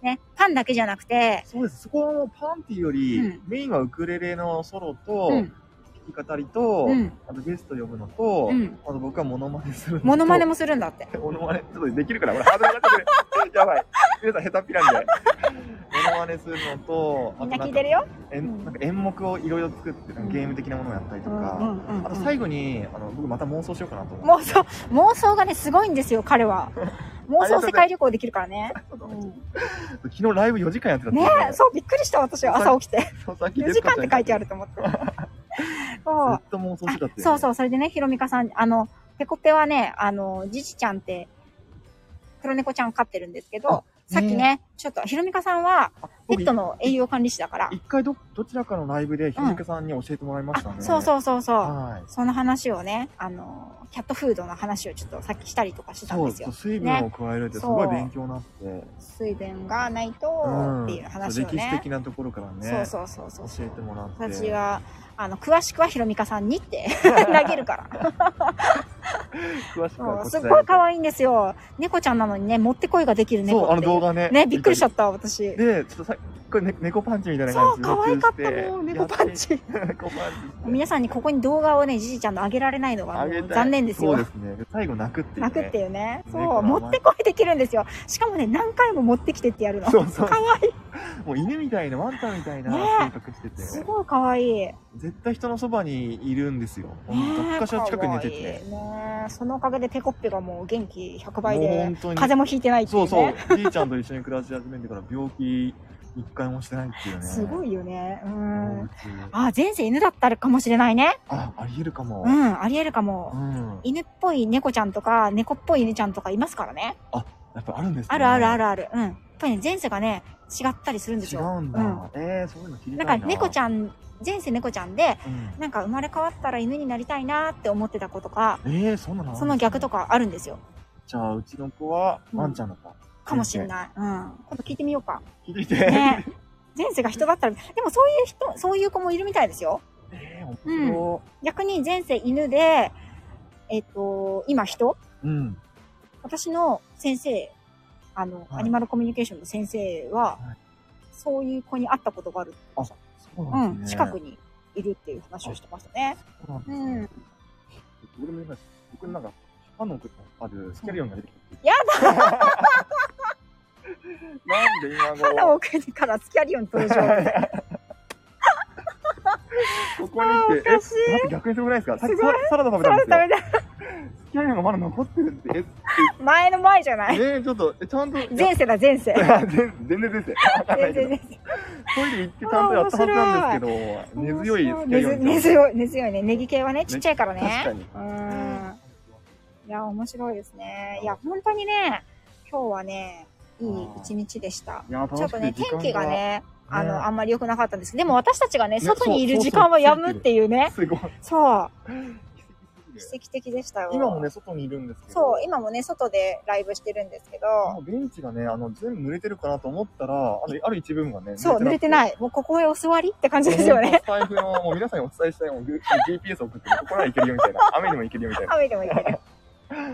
ね、パンだけじゃなくて、そうです。そこはもうパンっていうより、うんメインはウクレレのソロと、うん、弾き語りと、うん、あとゲスト呼ぶのと、うん。あと僕はモノマネするのと。モノマネもするんだって。 モノマネ、ちょっとできるから、俺ハードル上がって くれ。やばい。皆さん下手っぴなんで。モノマネするのと、みんあなと聞んいかてるよ演なんか演目をいろいろ作って、なんかゲーム的なものをやったりとうんか、うんうんうんあと最後に、あの、僕また妄想しようかなと思って。妄想、妄想がね、すごいんですよ、彼 は。妄想世界旅行できるからね。昨日ライブ4時間やってたんでねえ、そう、びっくりした、私は。朝起きて。 そうさっき4デ時スカ間っちゃんてが書いてあると 思って。そうず。っと妄想してたってそうそう、それでね、ひろみかさん、あの、ペコペはね、あの、じじちゃんって、黒猫ちゃん飼ってるんですけどあ、さっきね、ちょっと、ひろみかさんは、ペ僕ットの栄養管理士だから。一回どどちらかのライブでひろみかさんに教えてもらいましたね、あ、そうそうそうそう。はいその話をね、あの、キャットフードの話をちょっとさっきしたりとかしてたんそうですそよう。水分を加えるってすごい勉強になって、水分がないと、うんっていう話を歴史ね的。なところからねそうそうそうそう。教えてもらって私は、あの、詳しくはひろみかさんにって 投げるから。詳しくはそこうちすらっにごい可愛いんですよ。猫ちゃんなのにね、持ってこいができる猫ってい。そううあの動画ねね、びっくりしちゃっった、私。でちょっとさこれ、ね、猫パンチみたいなそ感うじ可愛かったもう猫パンチやって猫パンチ皆さんにここに動画をねじじちゃんの上げられないのがもあげうたい残念ですそうよですね最後泣くっていう、ね、泣くっていうねそ猫うの名持前ってこいできるんですよしかもね何回も持ってきてってやるのそうそう可愛いもう犬みたいなワンタンみたいなね性格してて、すごい可愛いね絶対人のそばにいるんですよほんとえ1か所近くに寝てて、可愛いねそのおかげでペコッペがもう元気100も倍うで本当に風邪もひいてないっていそううそねうじいちゃんと一緒に暮らし始めてから病気一回もしてないっていうねすごいいよねうんあ前世犬だったかもしれないねあありえるかも、うんありえるかもうん犬っぽい猫ちゃんとか猫っぽい犬ちゃんとかいますからねやっぱあるんですねあるあるあるあるうんやっぱりね前世がね違ったりするんです違ようんだ、えー、そういうの知りただかいなら猫ちゃゃん、ん前世猫ちゃんでうんなんか生まれ変わったら犬になりたいなーって思ってた子とかえー、そんなのあるんですねその逆とかあるんですよじゃあうちの子はうんワンちゃんだった、かもしんないうん今度聞いてみようか気づいて、 ね前世が人だったらでもそういう人そういう子もいるみたいですよえー、面白逆に前世犬でえっ、と今人いうん、私の先生、あの、はいアニマルコミュニケーションの先生は、はいそういう子に会ったことがある。そううなんん、ですね、近くにいるっていう話をしてましたね。そうなんですうねん。俺も今、僕なんか、ファンの奥にあるスキャリオンが出てきて。やなんで今ただ 頃、奥にからスキャリオン登場。ここに来て、え、しだって逆にすごくないですかさっきすサごいラサラダ食べそたんれですダメよだ。スキャリオンがまだ残ってるって。え、前の前じゃない。ねえ、ちょっと、え、ちゃんと、いや前世だ、前世。全全然ですよ。わかんな前いけど。トイ世前レ行ってちゃんとやったはずなんですけ世。ど、根強いスキャリオンちゃん根強い、根強いね。ネギ系はね、ちっちゃいから確かね。に。うん。いや、面白いですね。いや、本当にね、今日はね、いい一日でした。いや、楽ちょっとね、時間天気が。ね、あの、ねあんまり良くなかったんですけど、でも私たちがね、ね外にいるそう時間はやむっていうね、すごい。そう、奇跡す奇跡的でしたよ。今もね、外にいるんですけど。そう、今もね、外でライブしてるんですけあのど、ベンチがね、あの、全部濡れてるかなと思ったら、あの、ある一部分がね、そう、濡れてない。もうここへお座りって 感じですよもうね。お財布の、もう皆さんにお伝えしたい、もうグ GPS 送って、ここなら行けるよみ たいな。雨にも行けるよみたいな。雨でもいける。お伝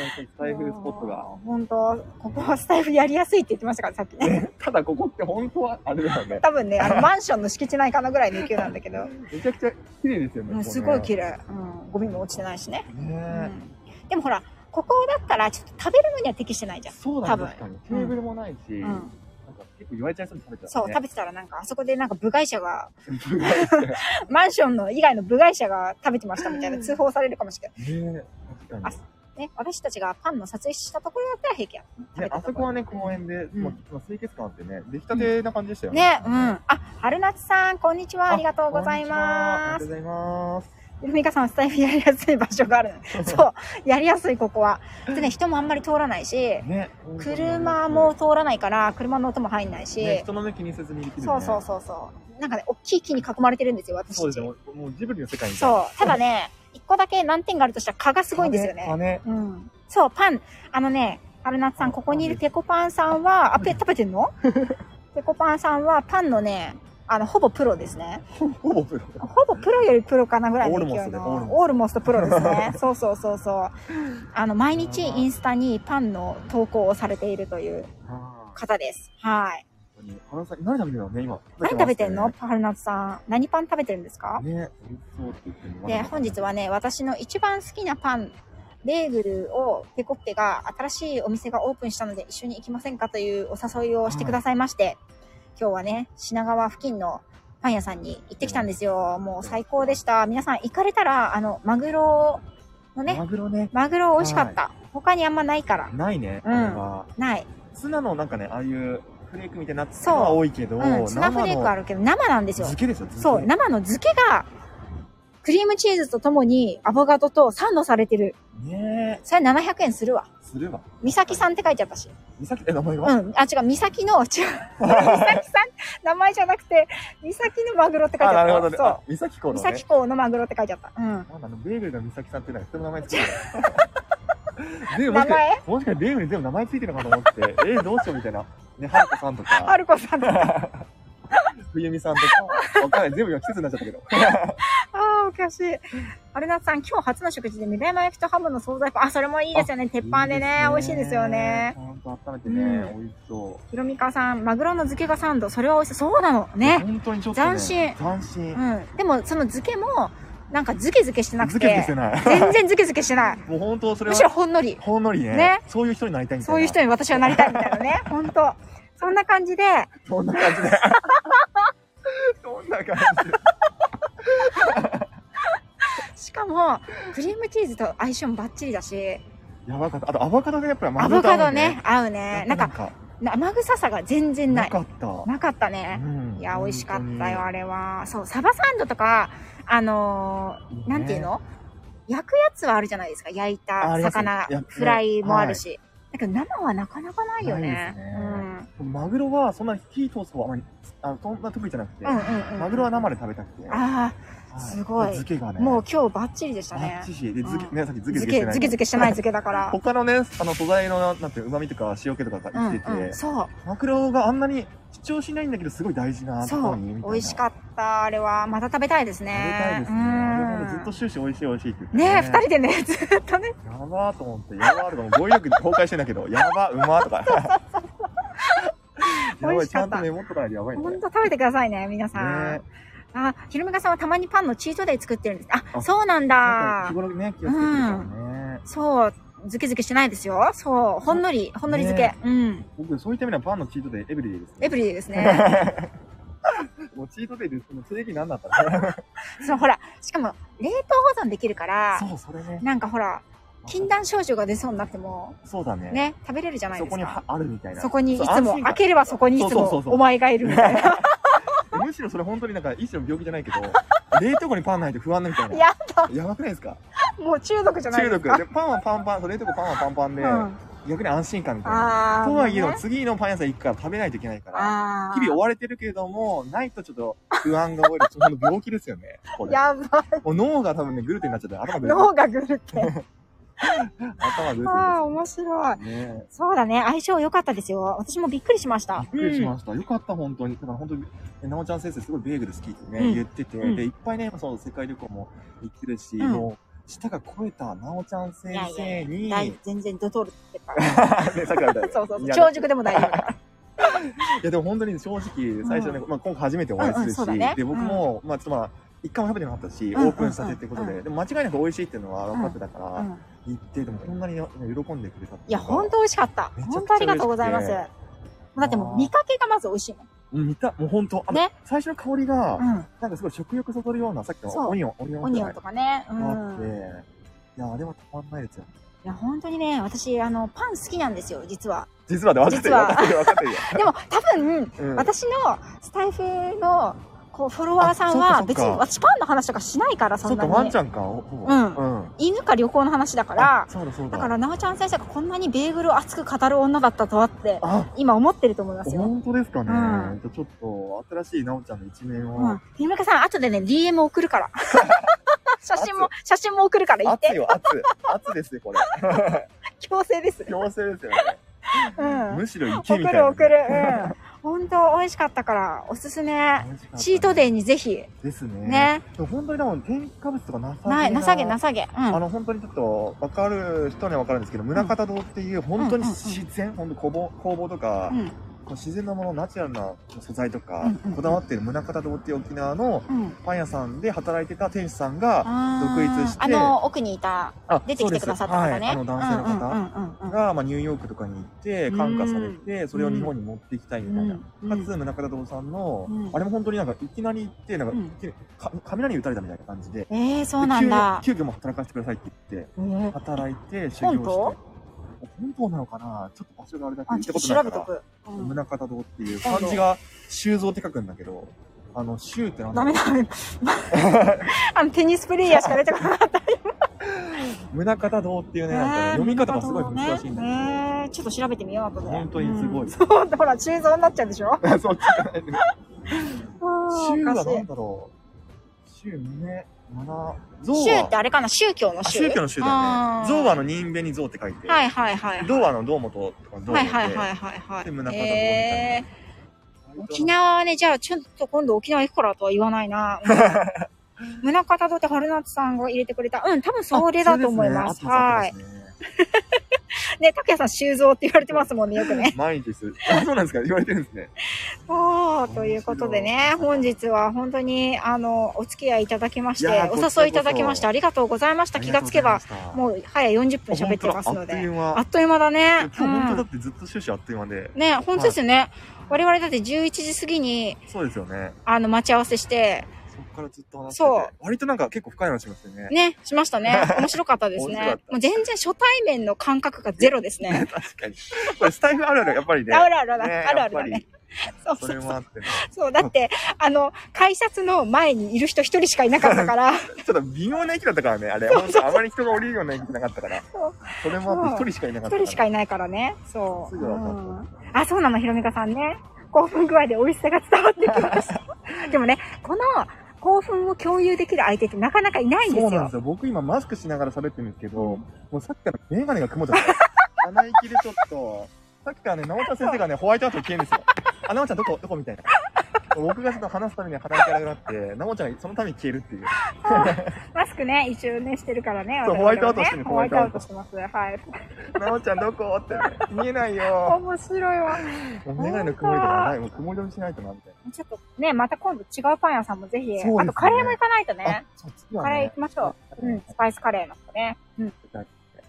えしたい財布スポットが。もう。本当ここはスタイフやりやすいって言ってましたから、さっきね。ただここって本当はあれだよね。多分ね、あの、マンションの敷地内かなぐらいの勢いなんだけど、めちゃくちゃ綺麗ですうよね。ん、ここねすごい綺麗。うん、ゴミも落ちてないしね。うねん。でもほら、ここだったら、ちょっと食べるのには適してないじゃん。そうだね、確かに。テーブルもないし、うなんかん。結構言われちゃいそうに食べちゃそう、食べてたらなんか、あそこでなんか部外者が、食べマンションの以外の部外者が食べてましたみたいな通報されるかもしれない。ね確かに。ね、私たちがパンの撮影したところだったら平気や。食べね、たあとそこころはね、公園で、んもうまあ清潔感あってね、出来たてな感じでしたよね。ね、うん。あ、春夏さん、こんにちは。ありがとうございまこす。んにちはありがとうございます。ルミカさん、スタイフや りやすい場所 があるの。そう、やりやすい、ここは。でね、人もあんまり通らないし、ね。車も通らないから、車の音も入んないし、ね、人の目気にせずにできる、ね。そうそうそうそう。なんかね、大きい木に囲まれてるんですよ、私そうたですち。ね。もうもうジブリの世界みたいな。そう。ただね、一個だけ難点があるとしたら蚊がすごいんですよね。あね。うん。そう、パン。あのね、春夏さん、ここにいるペコパンさんは、あ、ペ、食べてん のペコパンさんは、パンのね、あの、ほぼプロですね。ほぼプロ。ほぼプロよりプロかなぐらいの勢いオールモスのね。オールモストプロです ね。そうそうそうそう。あの、毎日インスタにパンの投稿をされているというあー方です。はい。本当に花さん、何食べてるのね、今。何食べてんの春夏さん。何パン食べてるんですかね、美味しそうって言ってるので、本日はね、私の一番好きなパン、ベーグルをペコッペが新しいお店がオープンしたので一緒に行きませんかというお誘いをしてくださいまして、今日はね、品川付近のパン屋さんに行ってきたんですよ。もう最高でした。皆さん行かれたら、あの、マグロのね、マグロね、マグロ美味しかった。他にあんまないから。ないね。うんあれはない。ツナのなんかね、ああいうフレークみたいになってるそうのは多いけど、うん、ツナフレークあるるけど生なんですよ漬。けですよ、漬け。そう、生の漬けが、クリームチーズとともにアボカドとサンドされてる。ねえ、それ700円するわ。するわ。美咲さんって書いてあったし。みさき、え、名前うがん。あ、違う、美咲の、違う。美咲さん、 名前じゃなくて、美咲のマグロって書いあ、てあなった。るほどね。そあ、みさきう。こ美の咲ね。港のマグロって書いてあった。うん。なんだあの、ベーグルがみさきさんってなんか人の名前つけて る。でも名しか前もしかしてベーグルに全部名前ついてるのかと思って、えー、どうしようみたいな。ね、はるかさんとか、春子 さんだ。あ冬美さんとか、わかんない。全部が季節になっちゃったけど。あおかしい。アルナさん、今日初の食事で目玉焼きとハムの惣菜パン。あ、それもいいですよね。鉄板でね、美味しいですよね。ちゃんと温めてね、美味しそひろみかさん、マグロの漬けがサンド。それは美味しそう。そうなの。う。ね。本当にちょっと、ね。斬新斬新。うん。でも、その漬けも、なんか漬け漬けしてなくズケズケしてて、ない。全然漬け漬けしてない。もう本当それむしろは、ほんのり。ほんのりねねそういう人になりたいみたいな。そういう人に私はなりたいみたいな ね。ほんと。そんな感じで、そんな感じで。 そんな感じで。しかも、クリームチーズと相性もバッチリだし、やばかった。あとアボカドがやっぱりアマグボロと合カうドね、。合うね。なんか、か、生臭さが全然な。ないかった。なかったね。いや、美味しかったよ、あれは。そう、サバサンドとか、あのーなんていうの焼くやつはあるじゃないですか。焼いあたります魚や、フライもあるし。だけど生はなかなかないよないね。ですね本当にマグロはそんな火通す方はあまり、あそんな得意じゃなくて、うん。うんうんうん。マグロは生で食べたくて。あはすごい漬けがあ、ね。もう今日バッチリでしたバねッ。チリ。で、漬うけ、んね、さっき漬け漬漬けけ、してない。漬け漬けしてない漬けだから。他のね、あの素材の、なんていう、旨味とか塩気とかがうん生きてて、うん。そう。マグロがあんなに主張しないんだけど、すごい大事なとこそろうに、みたいな。美味しかった。あれは、また食べたいです食べね。たいですね。うんあれまでずっと終始美味しい美味しいって言って、ねえ、二人でね、 ずっとね、やばーと思って、やばーとかもう語彙力崩壊してんだけど、やばー、うまーとか。 や美ば味い、しちかゃったんとメモっとかないとやばいねほ。んと食べてくださいね、皆さん。ねあ、ひろみかさんはたまにパンのチートデイ作ってるんです。あ、あそうなんなんかだ日。頃ね、気をつけてるからね。そう、漬け漬けしてないですよ。そう、ほんのり、ほんのり漬け。うん。僕、そういった意味ではパンのチートデイ、エブリデイですエね。ブリデイです ね。もうチートデイで、その正義何だったのそう、ほら、しかも、冷凍保存できるから、そう、それね。なんかほら、禁断症状が出そうになっても、そうだね。ね、食べれるじゃないそですこにか。はあるみたいな。そこにいそうつ安も心、感開ければそこにいつそうそうもそうそうお前がいるみたいな。 むしろそれ本当になんか、一種の病気じゃないけど、冷凍庫にパンないと不安なみたいな。やだ、やばくないですかもう中毒じゃない中です毒。か。で、パンはパンパン、そう冷凍庫パンはパンパンで、うん逆に安心感みたいあな。ーとはいえもうど、ね次のパン屋さん行くから食べないといけないから、あ日々追われてるけれども、ないとちょっと不安が多いです。ほんと病気です よね。ーこれやばい。もう脳が多分ね、グルテンになっちゃって、頭グルテ脳がぐるって。ン。頭グルテああ、面白い。ンです。ねそうだね。相性良かったですよ。私もびっくりしました。びっくりうしんました。よかった、本当に。だから本当に、えなおちゃん先生すごいベーグル好きってね、うん言ってて、うんで、いっぱいね、その世界旅行も行ってるし、うんもう、舌が超えたなおちゃん先生に、大全然ドトールってか ねさっきからみたいら。なそうそうそう。いや長熟でも大丈夫だから。いやでも本当に正直最初ね、まあ今回初めてお会いすうんうるんし、そうだねで僕も、まあちょっとまあ一回も食べてなかったし、うんうんオープンしたてってことで、うんでも間違いなく美味しいっていうのは分かってたから、うん行ってでもこんなにね喜んでくれたっていや、本当当美味しかった。めちゃくちゃ本当ありがとうございます。嬉しだってもう見かけがまず美味しいもん。見たもう本当あの、ね最初の香りが、うん。なんかすごい食欲そそるようなさっきそうのオニオンオニオンオニオンとかかね。うあって、ん。いやあれはたまんないですよいや、本当にね、私、あの、パン好きなんですよ、実は。実はで分かって実る分はかってる分かってるよ、でも、多分、うん、私のスタイフの、こう、フォロワーさんあは、そっかそっ別かに、私パンの話とかしないから、そそんっなかワンにち。ゃんかほぼうんうん犬か旅行の話だかあら、そうだそうだだから、なおちゃん先生がこんなにベーグルを熱く語る女だったとはって、あ今思ってると思いますよ。本当ですかね、うんじゃあちょっと新しいなおちゃんの一面を、うん。ひめかさん、後でね、DM 送る から。写真も、写真も送るから言っ熱いて。よ、熱い。熱ですね、これ。強制です。う強制ですよね。ん。むしろ池送みたいるな。送る。うん。本当美味しかったから、おすすめ。チートで。デイにぜひ。ですね。ね。でも本当にでも添加物とかなさげない、なさげなささげ。うあん。の、本当にちょっと、わかる人にはわかるんですけど、宗像堂っていう、本当に自然、本当工房、工房とかう、ん。こう自然のもの、ナチュラルな素材とうかんうんうん、こだわってる宗像堂っていう沖縄のうん。パン屋さんで働いてた店主さんが、あー独立してあの、奥にいた、あ出てきてくださったそ方うでね。すはい、あの男性の方。の方が、まあ、ニューヨークとかに行ってうん感化されてそれを日本に持っていきたいみたいな、うんかつ中田堂さんの、うんあれも本当になんかいきなり行ってなんか,、うんか雷打たれたみたいな感じでええ、そうなんだで。急遽急遽もう働かせてくださいって言ってええ働いて修行し本て当本当なのかなちょっと場所があれだけどあ、行っちょたっ調べこととないかとく。うらん宗像堂っていう漢字が修造って書くんだけどあの修ってなんダだメダメ。 あの、テニスプレイヤーしか出てこなかった。宗像堂っていうねなんかねね読み方がすごい難しいんだけど、ねえちょっと調べてみよう、後で。本当にすごいうんそう、ほら、中蔵になっちゃうでしょ そっちお宗はかし何い。だろう宗胸七宗ってあれかな宗教の宗宗教の宗だよあね。ー象はあの人弁に象って書いて、はいはいはい。銅はあの堂本とか銅は本いで、はいはいはいはい。で宗像えー割と 沖縄はね、じゃあちょっと今度沖縄行くからとは言わないな。宗像とって春夏さんが入れてくれた。うん、多分それだと思います。はい。い。ね、拓也さん修造って言われてますもんね、よくね。毎日です。あ、そうなんですか言われてるんです ね。おー、ということでね、本日は本当に、あの、お付き合いいただきましいやてー、おこちらこそ誘いいただきまして、ありがとうございました。気がつけば、もうう、早40分喋ってますのあっといで。うあ間。っという間だね今。日本う当だんってずっと終始あっという間で。ね、本当ですよね。我々だって11時過ぎに、そうですよね。あの、待ち合わせして、そっからずっと話してて。そう割となんか結構深い話しますよね。ね、しましたね。面白かったです面白ねかっ。たもう全然初対面の感覚がゼロですね。確かに。これスタイフあるあるやっぱりね。あるあるある、ねあるあるだね。。そうやっそぱりそれうそもう。あってね。そう、だって、あの、改札の前にいる人一人しかいなかったから、ちょっと微妙な駅だったからね、あれ。本当あまり人が降りるような駅じゃなかったから。そうそれもあって一人しかいなか一った人しかいないからね。そう。すぐわかったうんあ、そうなの、ひろみかさんね。興奮具合で美味しさが伝わってきました。でもね、この興奮を共有できる相手ってなかなかいないんですそよ。うなんですよ。僕今マスクしながら喋ってるんですけど、もうさっきからメガネが曇っちゃった。鼻息でちょっと、さっきからね、直田先生がね、ホワイトアウト消えんですよ。あ、直ちゃんどこどこみたいな。僕がちょっと話すために鼻息荒くなって、直ちゃんがそのために消えるっていう。マスクね、一応ね、してるからね。そう我々もねホホワワイイトトアアウウトトししてます。はい。直ちゃんどこって、見えないよ。面白いわ。もうメガネの曇りがやばい。もう曇り止めしないとな、みたいちょっとね、また今度違うパン屋さんもぜひ、すねあとカレーも行かないとな。あね。、そう、次カはレー行ねき。ましょう。うん、スパイスカレーの方ね。うん。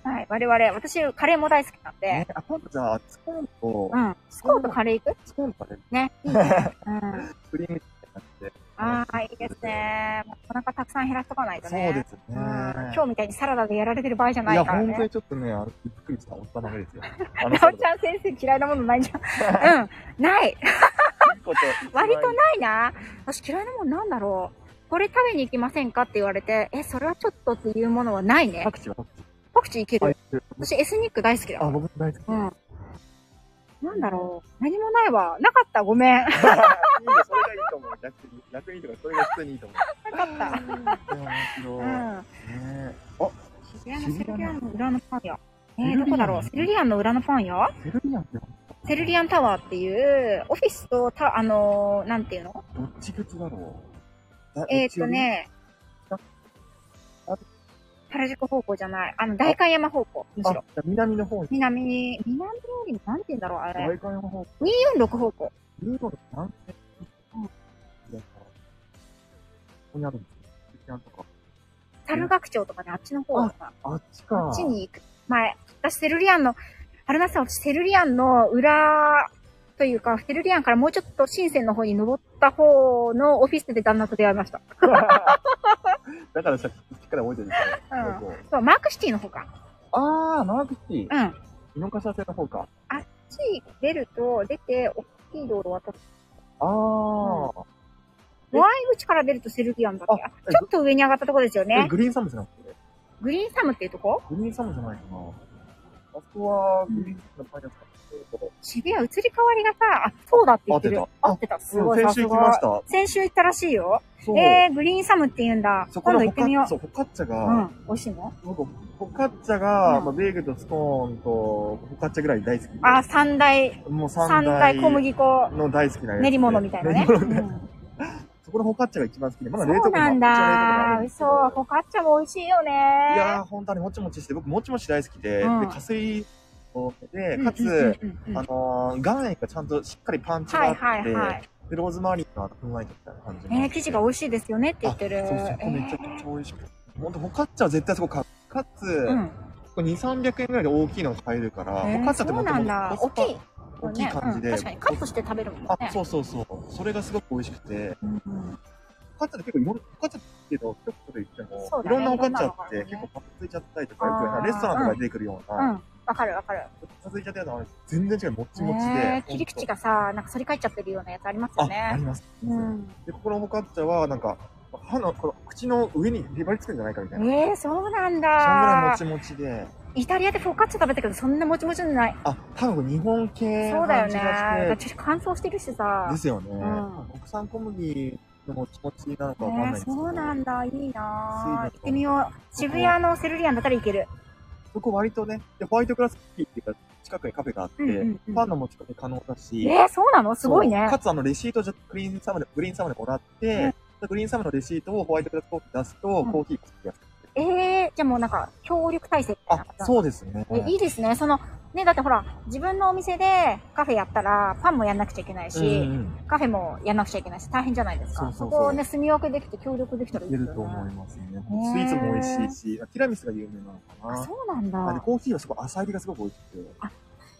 はいはい、我々、私、カレーも大好きなんで、ね、あ、今度じゃあ、スコーンとう、ん。スコーンとカレー行くスコーンとかね、ね。いいね。うん。クリームって感じで。ああ、いいですね。もうお腹たくさん減らしとかないとね。そうでうすねん。今日みたいにサラダでやられてる場合じゃないや、から本当ねに。ちょっとね、あのびっくりしたおったなめですよ。あなおちゃん先生嫌いなものないじ ゃん。うん。ない。割とな。ないな。私嫌いなものなんだろう。これ食べに行きませんかって言われて、え、それはちょっとっていうものはないねパ。クチーはパクチパクチーいけーはるい。。私エスニック大好きだあ、わ。僕大好き。ういいん。なんだろう。何もないわ。なかった。ごめん。なよ、それがいいと思う。逆に、逆にとか、それが普通にいいと思かった。う。う面ん。白い。ねあ、セルリアンの裏のパン屋。えー、どこだろう。セルリアンの裏のパン屋セルビアンってセルリアンタワーっていう、オフィスとた、あのーなんていうのどっち口だろうえーっ、と。ねああ、原宿方向じゃない。あの、代官山方向、むどっしちよろ。りあ、南の方に。南に、南よりも、なんていうんだろう、あれ。大会の方、 246方向。ユーロの南西。うんここにあるんですよ。セルビアンとか。樽学町とかね、あっちの方とか。あっちか。あっちに行く。前、私、セルリアンの、春菜さん、私、セルリアンの裏、というか、セルリアンからもうちょっと深センの方に登った方のオフィスで旦那と出会いました。だからさ、しっかり覚えてるんですよ。うん。僕をそう、マークシティの方か。あー、マークシティう。ん。井の頭線の方か。こっち出ると、出て、大きい道路渡って、あー。モアイ口から出るとセルビアンだっあけちょっと上に上がったとこですよえ、ね。グリーンサムじゃなくてグリーンサムっていうとこグリーンサムじゃないかな。あそこは、グリーンサムのパン屋さん。渋谷移り変わりがさ、あ、そうだって言ってる。合ってた合ってた。すごうんい。先週行きましさた。すが先週行ったらしいよ。そう。えー、グリーンサムって言うんだ。そこ今度行のホってカみよッ、そう、ホカッチャう。が、うん。美味しいの僕、ホカッチャが、うんまあ、ベーグルとスコーンと、ホカッチャぐらい大好きで。あ、三大、もう三大小麦粉、の大好きなやつで。練り物みたいなね。練りう物ね んそこのホカッチャが一番好きで、まそだ冷凍庫うもなんだ一応冷凍庫にあるん。ですけどそう、フォカッチャも美味しいよね。いやー、本当にもちもちして、僕もちもち大好きで、うんで、加水で、うんかつ、うんうんうんあのー、岩塩がちゃんとしっかりパンチがはあいって、はいはい。で、ローズマリーのふんわりとした感じもえー、生地が美味しいですよねって言ってる。そう、そこめちゃくちゃ美味しくて。ほんと、ホカッチャは絶対そこ買う。かつ、えーうん。これ2、300円ぐらいで大きいのが買えるから、えーホカッチャってもとそうもなんだとコスパ大きい大きい感じで、うん確かにカットして食べるもんね。あ、そうそうそう。それがすごく美味しくて、うんうんホカッチャって結構いろんな、ホカッチャって言うと、一言で言ってそうも、いだねろんなホカッチャっいてろんな結の構パッとついちゃったりとか、よくレストランとかで出てくるような、うん。わかるわかる。続いちゃったようなのが全然違う、もっちもちで。ねえ切り口がさ、なんか反り返っちゃってるようなやつありますあ、よあねり。ます。うん。で、ここのホカッチャは、なんか、歯の、この口の上にへばりつくんじゃないかみたいな。ええそうなんそんぐらいもだ。ちもちで。イタリアでフォカッチャ食べたけど、そんなもちもちのない。あ、多分日本系そのうだよ感ね。じだからがして。ちょっと乾燥してるしさで。すよね。ん国産小麦のもちもちなのかわかんないねんでえすけど。そうなんだ。いいな水分ぁと行ってみよう。渋谷のセルリアンだったらいける。そこ割とね、で、ホワイトグラスコーヒーっていうか、近くにカフェがあって、うんうんうんパンの持ち込み可能だし、ええそうなのすごいねそう。かつあの、レシートじゃ、グリーンサムで、グリーンサムでもらって、グリーンサムのレシートをホワイトブラックコーヒー出すと、んコーヒーが作ってやすいええじゃあもうなんか、協力体制みたいなあ、そうですね。えいいですね。その、ね、だってほら、自分のお店でカフェやったら、パンもやんなくちゃいけないし、うんうんカフェもやんなくちゃいけないし、大変じゃないですか。そそうそうそうこをね、住み分けできて協力できたらいい出でするよね。と思いますね。ねスイーツも美味しいし、ティラミスが有名なのかあ、な。そうなんあでだ。コーヒーはすごい浅入りがすごく美味しくて、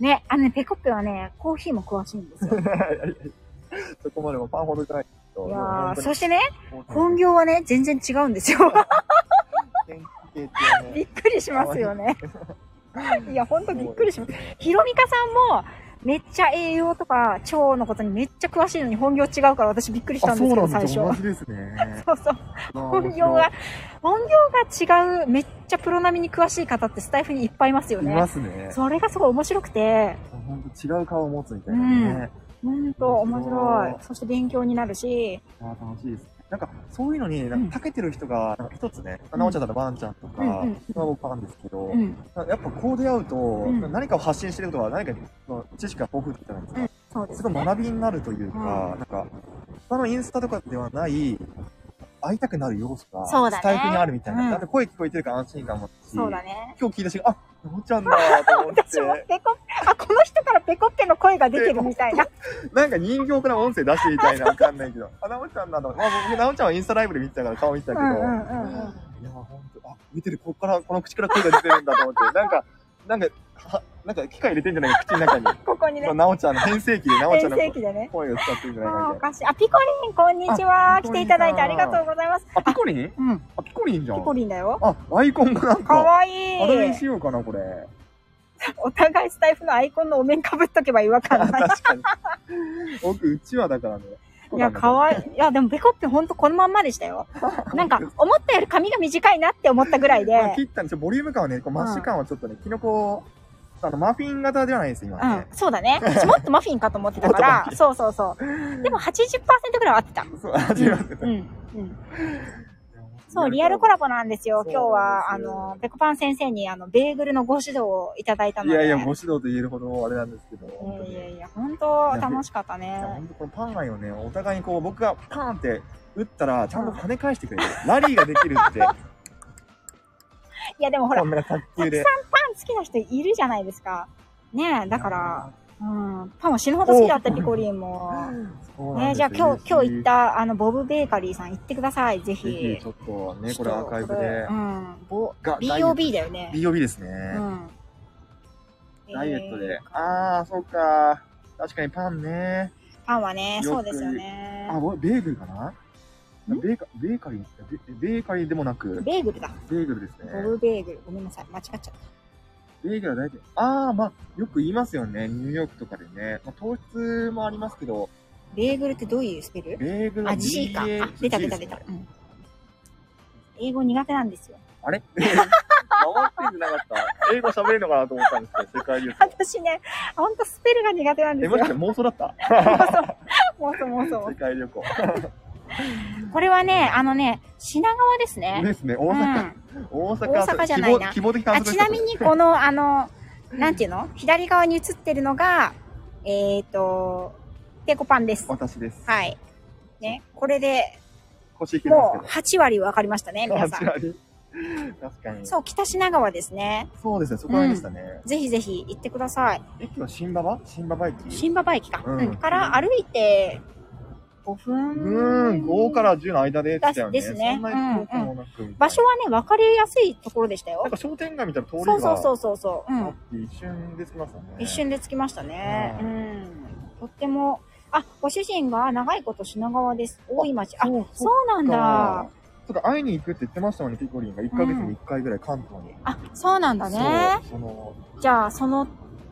ね、あのね、ペコッペはね、コーヒーも詳しいん ですよ。 そこまでもパンほどじゃないけど、いでやもー本当にそしてね、コー本業はね、全然違うんです よ。ヒーの典型系っていうねびっくりしますよね。いや、ほんとびっくりします。ひろみかさんも、めっちゃ栄養とか腸のことにめっちゃ詳しいのに本業違うから私びっくりしたあ、んそですうけなど、ん最初。そですよ。同うじですね。そう。 本業がが、本業が違う、めっちゃプロ並みに詳しい方ってスタイフにいっぱいいますよいねま。すね。それがすごい面白くて、本当違う顔を持つみたいなね。ほんと面白面白い。そして勉強になるし、あー楽しいです。なんか、そういうのに、なんか、長けてる人が、なんか一つね、んなおちゃんだったらワンちゃんとか、うんうん今は僕パンですけど、うん。やっぱこう出会うと、ん何かを発信してることは、何かの知識が豊富じゃないですか。そうですす。ごい学びになるというか、なんか、他のインスタとかではない、会いたくなる要素が、そうだねスタイフにあるみたいな。うんだって声聞こえてるから安心感もあるし、そうだね。今日聞いた瞬間、あ、なおちゃんだと思っ 私もて、ペコ、あ、この人からペコッペの声が出てるみたいな。なんか人形から音声出してみたいな、わかんないけど、あ、なおちゃんだと思って、まあ僕、なおちゃんはインスタライブで見てたから顔見てたけど、うんうんうんうんいや、ほんと、あ、見てる、こっから、この口から声が出てるんだと思って、 なんか、なんか、はなんか機械入れてんじゃないか、口 の中に。ここにねまあ、、なおちゃんの変声機でなおち全ゃんの盛期でね。声を使ってるんじゃないあかーおみたいな。かしい。あ、ピコリン、こんにちは。あ来ていただいてありがとうございます。あ、ピコリンうん。ピあ、ピコリンじゃん。コリンだよ。あ、アイコンがなんかか、わあいい。れにしようかな、これ。お互いスタイフのアイコンのお面かぶっとけば違和 感ない。確かに。僕、うちわだからね。いや、かわいいい。いや、でもペコッペほんとこのまんまでした よ。なんか、思ったより髪が短いなって思ったぐらいで。まあ切ったんで、ちょボリューム感はね、こうマッシュ感はちょっとね、キノコ、あの、マフィン型ではないです、今うはんね。、そうだ ね。私もっとマフィンかと思ってたから、そうそうそう。でも80%ぐらいは合ってた。そう、味わってたうん。うん。そう、リアルコラボなんですよ。そう今日は、あですよの、ペコパン先生に、あの、ベーグルのご指導をいただいたのいで。やいや、ご指導と言えるほどあれなんですけど。い本当やいにやいや、本当楽しかったいねや。本当このパン愛をね、お互いにこう、僕がパーンって打ったら、ちゃんと跳ね返してくれる。ラリーができる って、いや、でもほら、こパンんな卓球で。好きな人いるじゃないですか。ねえ、だから、うん、パンは死ぬほど好きだった、ピコリンも。そうなんねでえ、すじゃよあ今日、今日行っ。嬉た、あの、ボブベーカリーさん行ってください、ぜしいぜひひ、ち。ょっとね、これアーカイブでう。ん。ここが BOB だよね。 BOB ですね。うん。ダイエットえで。ああ、そっか。確かにパンね。ー。パンはね、よくそうですよねあ、。ぼベーグルかなベーカベーカリーベ、ベーカリーでもなく、ベーグルだ。ベーグルですねボ。ブベーグル。ごめんなさい、間違っちゃった。ベーグルは大体、ああ、まあ、よく言いますよね。ニューヨークとかでね。まあ、糖質もありますけど、ベーグルってどういうスペルベーグルはあ、G か。あ、出た出た出た G ですね。うん。英語苦手なんですよ。 あれ回ってんじゃなかった。英語喋れるのかなと思ったんですけど、世 界流通。私ね、ほんとスペルが苦手なんですえ、よもし。かして妄想だったもうそうもうそうも世界旅行。う。これはね、あのね、品川ですね。ですね、う大阪。ん。大阪、大阪じゃないな希望希望的観あ測でちしなたみに、この、あの、なんていうの左側に映ってるのが、えっ、ー、と、ペコパンです。私です。はい。ね、これで、腰引けますもけう8割分かりましたね、ど。皆さん。確かに。確かに。そう、北品川ですね。そうですね、そこら辺でしたね。ぜひぜひ行ってください。駅は新馬場新馬場駅。新馬場駅か。う。うんんから歩いて5う分。ーん、5から10の間でって言ってたよね。ですねそんなに遠くもなく、場所はね、分かりやすいところでしたなんよ。か商店街みたいな通りがそうそうそうそうそう。うんあっ。て一瞬で着きましたね。一。瞬で着きましたね。ううんん。とっても、あ、ご主人が長いこと品川です。大井町。あ、そうそそうなんだ。。ちょっと会いに行くって言ってましたもんね、ピコリンが。1ヶ月に1回ぐらい関東に。あ、そうなんだね。そう。その、じゃあ、その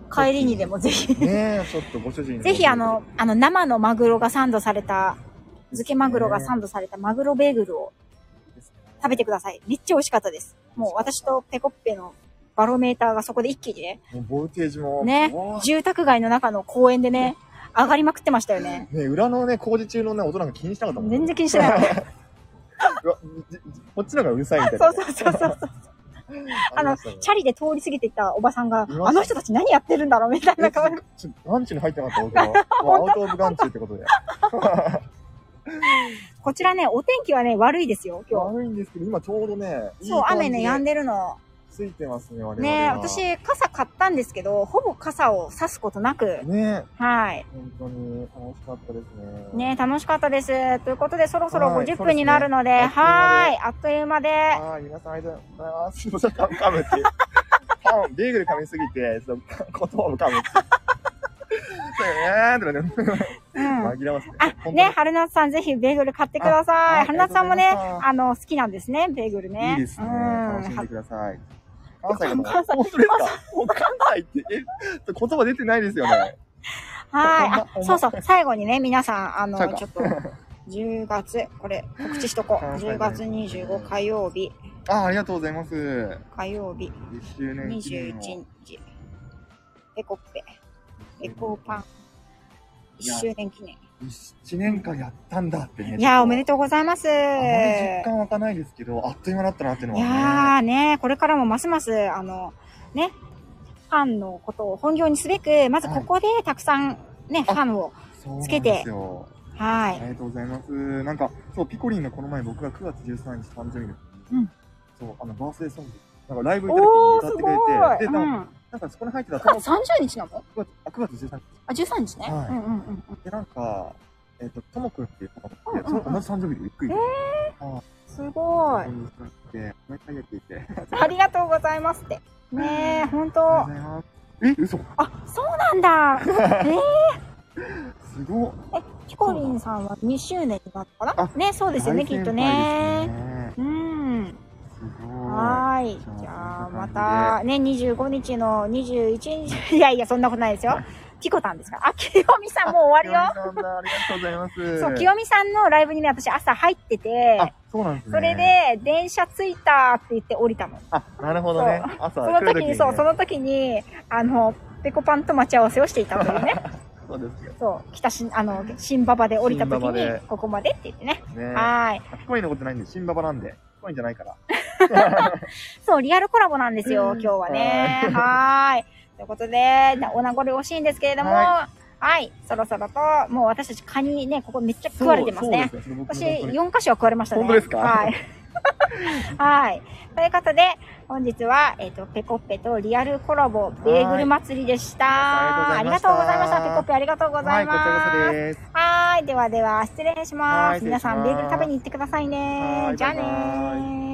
帰りにでもぜひ。ねえ、ちょっとご主人にぜひあ、の、あの、生のマグロがサンドされた、漬けマグロがサンドされたマグロベーグルを食べてください。めっちゃ美味しかったです。もう私とペコッペのバロメーターがそこで一気にね、もうボルテージも、ねも住宅街の中の公園でね、上がりまくってましたよね。うね裏のね、工事中のね、音なんか気にしなかったもんね全然気にしてない。 うわじじこっちの方がうるさいみたいそなう。そうそうそう。あの、りまチしたねャリで通り過ぎていったおばさんがいまし、たあの人たち何やってるんだろうみたいな顔で。 ちょっと眼中に入ってなかった、僕は。もうアウトオブ眼中ってことで。こちらね、お天気はね、悪いですよ、今悪いんですけど、今ちょうどね、日。そう、雨ね、止んで。でるの。ついてますね、我々はね私、傘買ったんですけど、ほぼ傘を差すことなく、ねはい。本当に楽しかったですね。ね楽しかったです。ということで、そろそろはい50そうです分ねになるので、はあーい、あっという間で、はい、皆さんありがとうございます。ちょっと噛む噛むっていう。パン、ベーグル噛みすぎて、ちょっと言葉 を噛むっていう。そうよねーとかね、うん。紛らわせて。あ、ね、春夏さんぜひベーグル買ってくだあさ。はいい春夏さんもね、ありがとうございましたあの、好きなんですね、ベーグルね。いいですね。うん。楽しんでください。関西の関西本当ですかもう関西って、 え、言葉出てないですよね。はほんまい。ほあ、んまそうそう。最後にね、皆さん、あのそう、かちょっと、10月、これ、告知しとこ う。あ10月25火曜日、あ、ありがとうございます。1火曜日、周年記念21を。日、ペコッペ、ペコパン、いや1周年記念。 1年間やったんだってね。いやー、おめでととうございます。いあまり実感湧かないですけど、あっという間だったなっていうのはね。やーね、これからもますます、あの、ね、ファンのことを本業にすべく、まずここでたくさん、ね、フあァンを、そうなんつけてですよはありい。がとうございます。なんか、そう、ピコリンのこの前僕が9月13日誕生日の、うんそう、あの、バースデーソング、なんかライブ行おー、ったす時にごい歌ってくれうて、で、なんん。かなんかそこに入ってた、 9月30日なの9月あ9月13日。あ、13日ね。はいうんうんうんうん。で、なんか、えっ、と、ともくんっていう方がうんういんて、その同じ誕生日でびっくり。えすごい。本当にで、毎回やっていて。ありありがとうございますって。ねえ、本当。があとうございます。え、嘘す、そうなんだ。ごっ。ピコリンさんは2周年になったかなあね、そうですよね、大きっ先輩とでね。すね。うん。すごい。はーい。そうじゃあ、そんなま感じでた、ね、25日の21日、い やいや、そんなことないですよ。ピコタンですから。あ、清美さんもう終わ清美さんだありがとうございまりす。よ。そう、清美さんのライブにね、私朝入ってて、あ、そうなんですね。それ、で、電車着いたって言って降りたの。あ、なるほどね。朝その来る時に、ねそう、その時に、あの、ペコパンと待ち合わせをしていたというね。そうですね。そう、北新、あの、新馬場で降りた時新馬場にで、ここまでって言ってね。ねはーい。あ、ピコインのことないんで、新馬場なんで。ピコインじゃないから。そう、リアルコラボなんですよ、うん今日はね。はーい。ということで、なお名残惜しいんですけれども、は。はいそろそろと、もう私たちカニね、ここめっちゃ食われてますね。そうそうです私、ね。ちょっと僕も本当に4箇所は食われましたね。本当ですかはい。 はい。ということで、本日は、えっ、と、ペコッペとリアルコラボ、ベーグル祭りでした。はいあありりががととううござございいままし。したペコッペありがとうございます。はい、こちらこそです。はーい。ではでは、失礼しまはいす。失礼皆しますさん、ベーグル食べに行ってくださいはね。いじゃあねバイバー。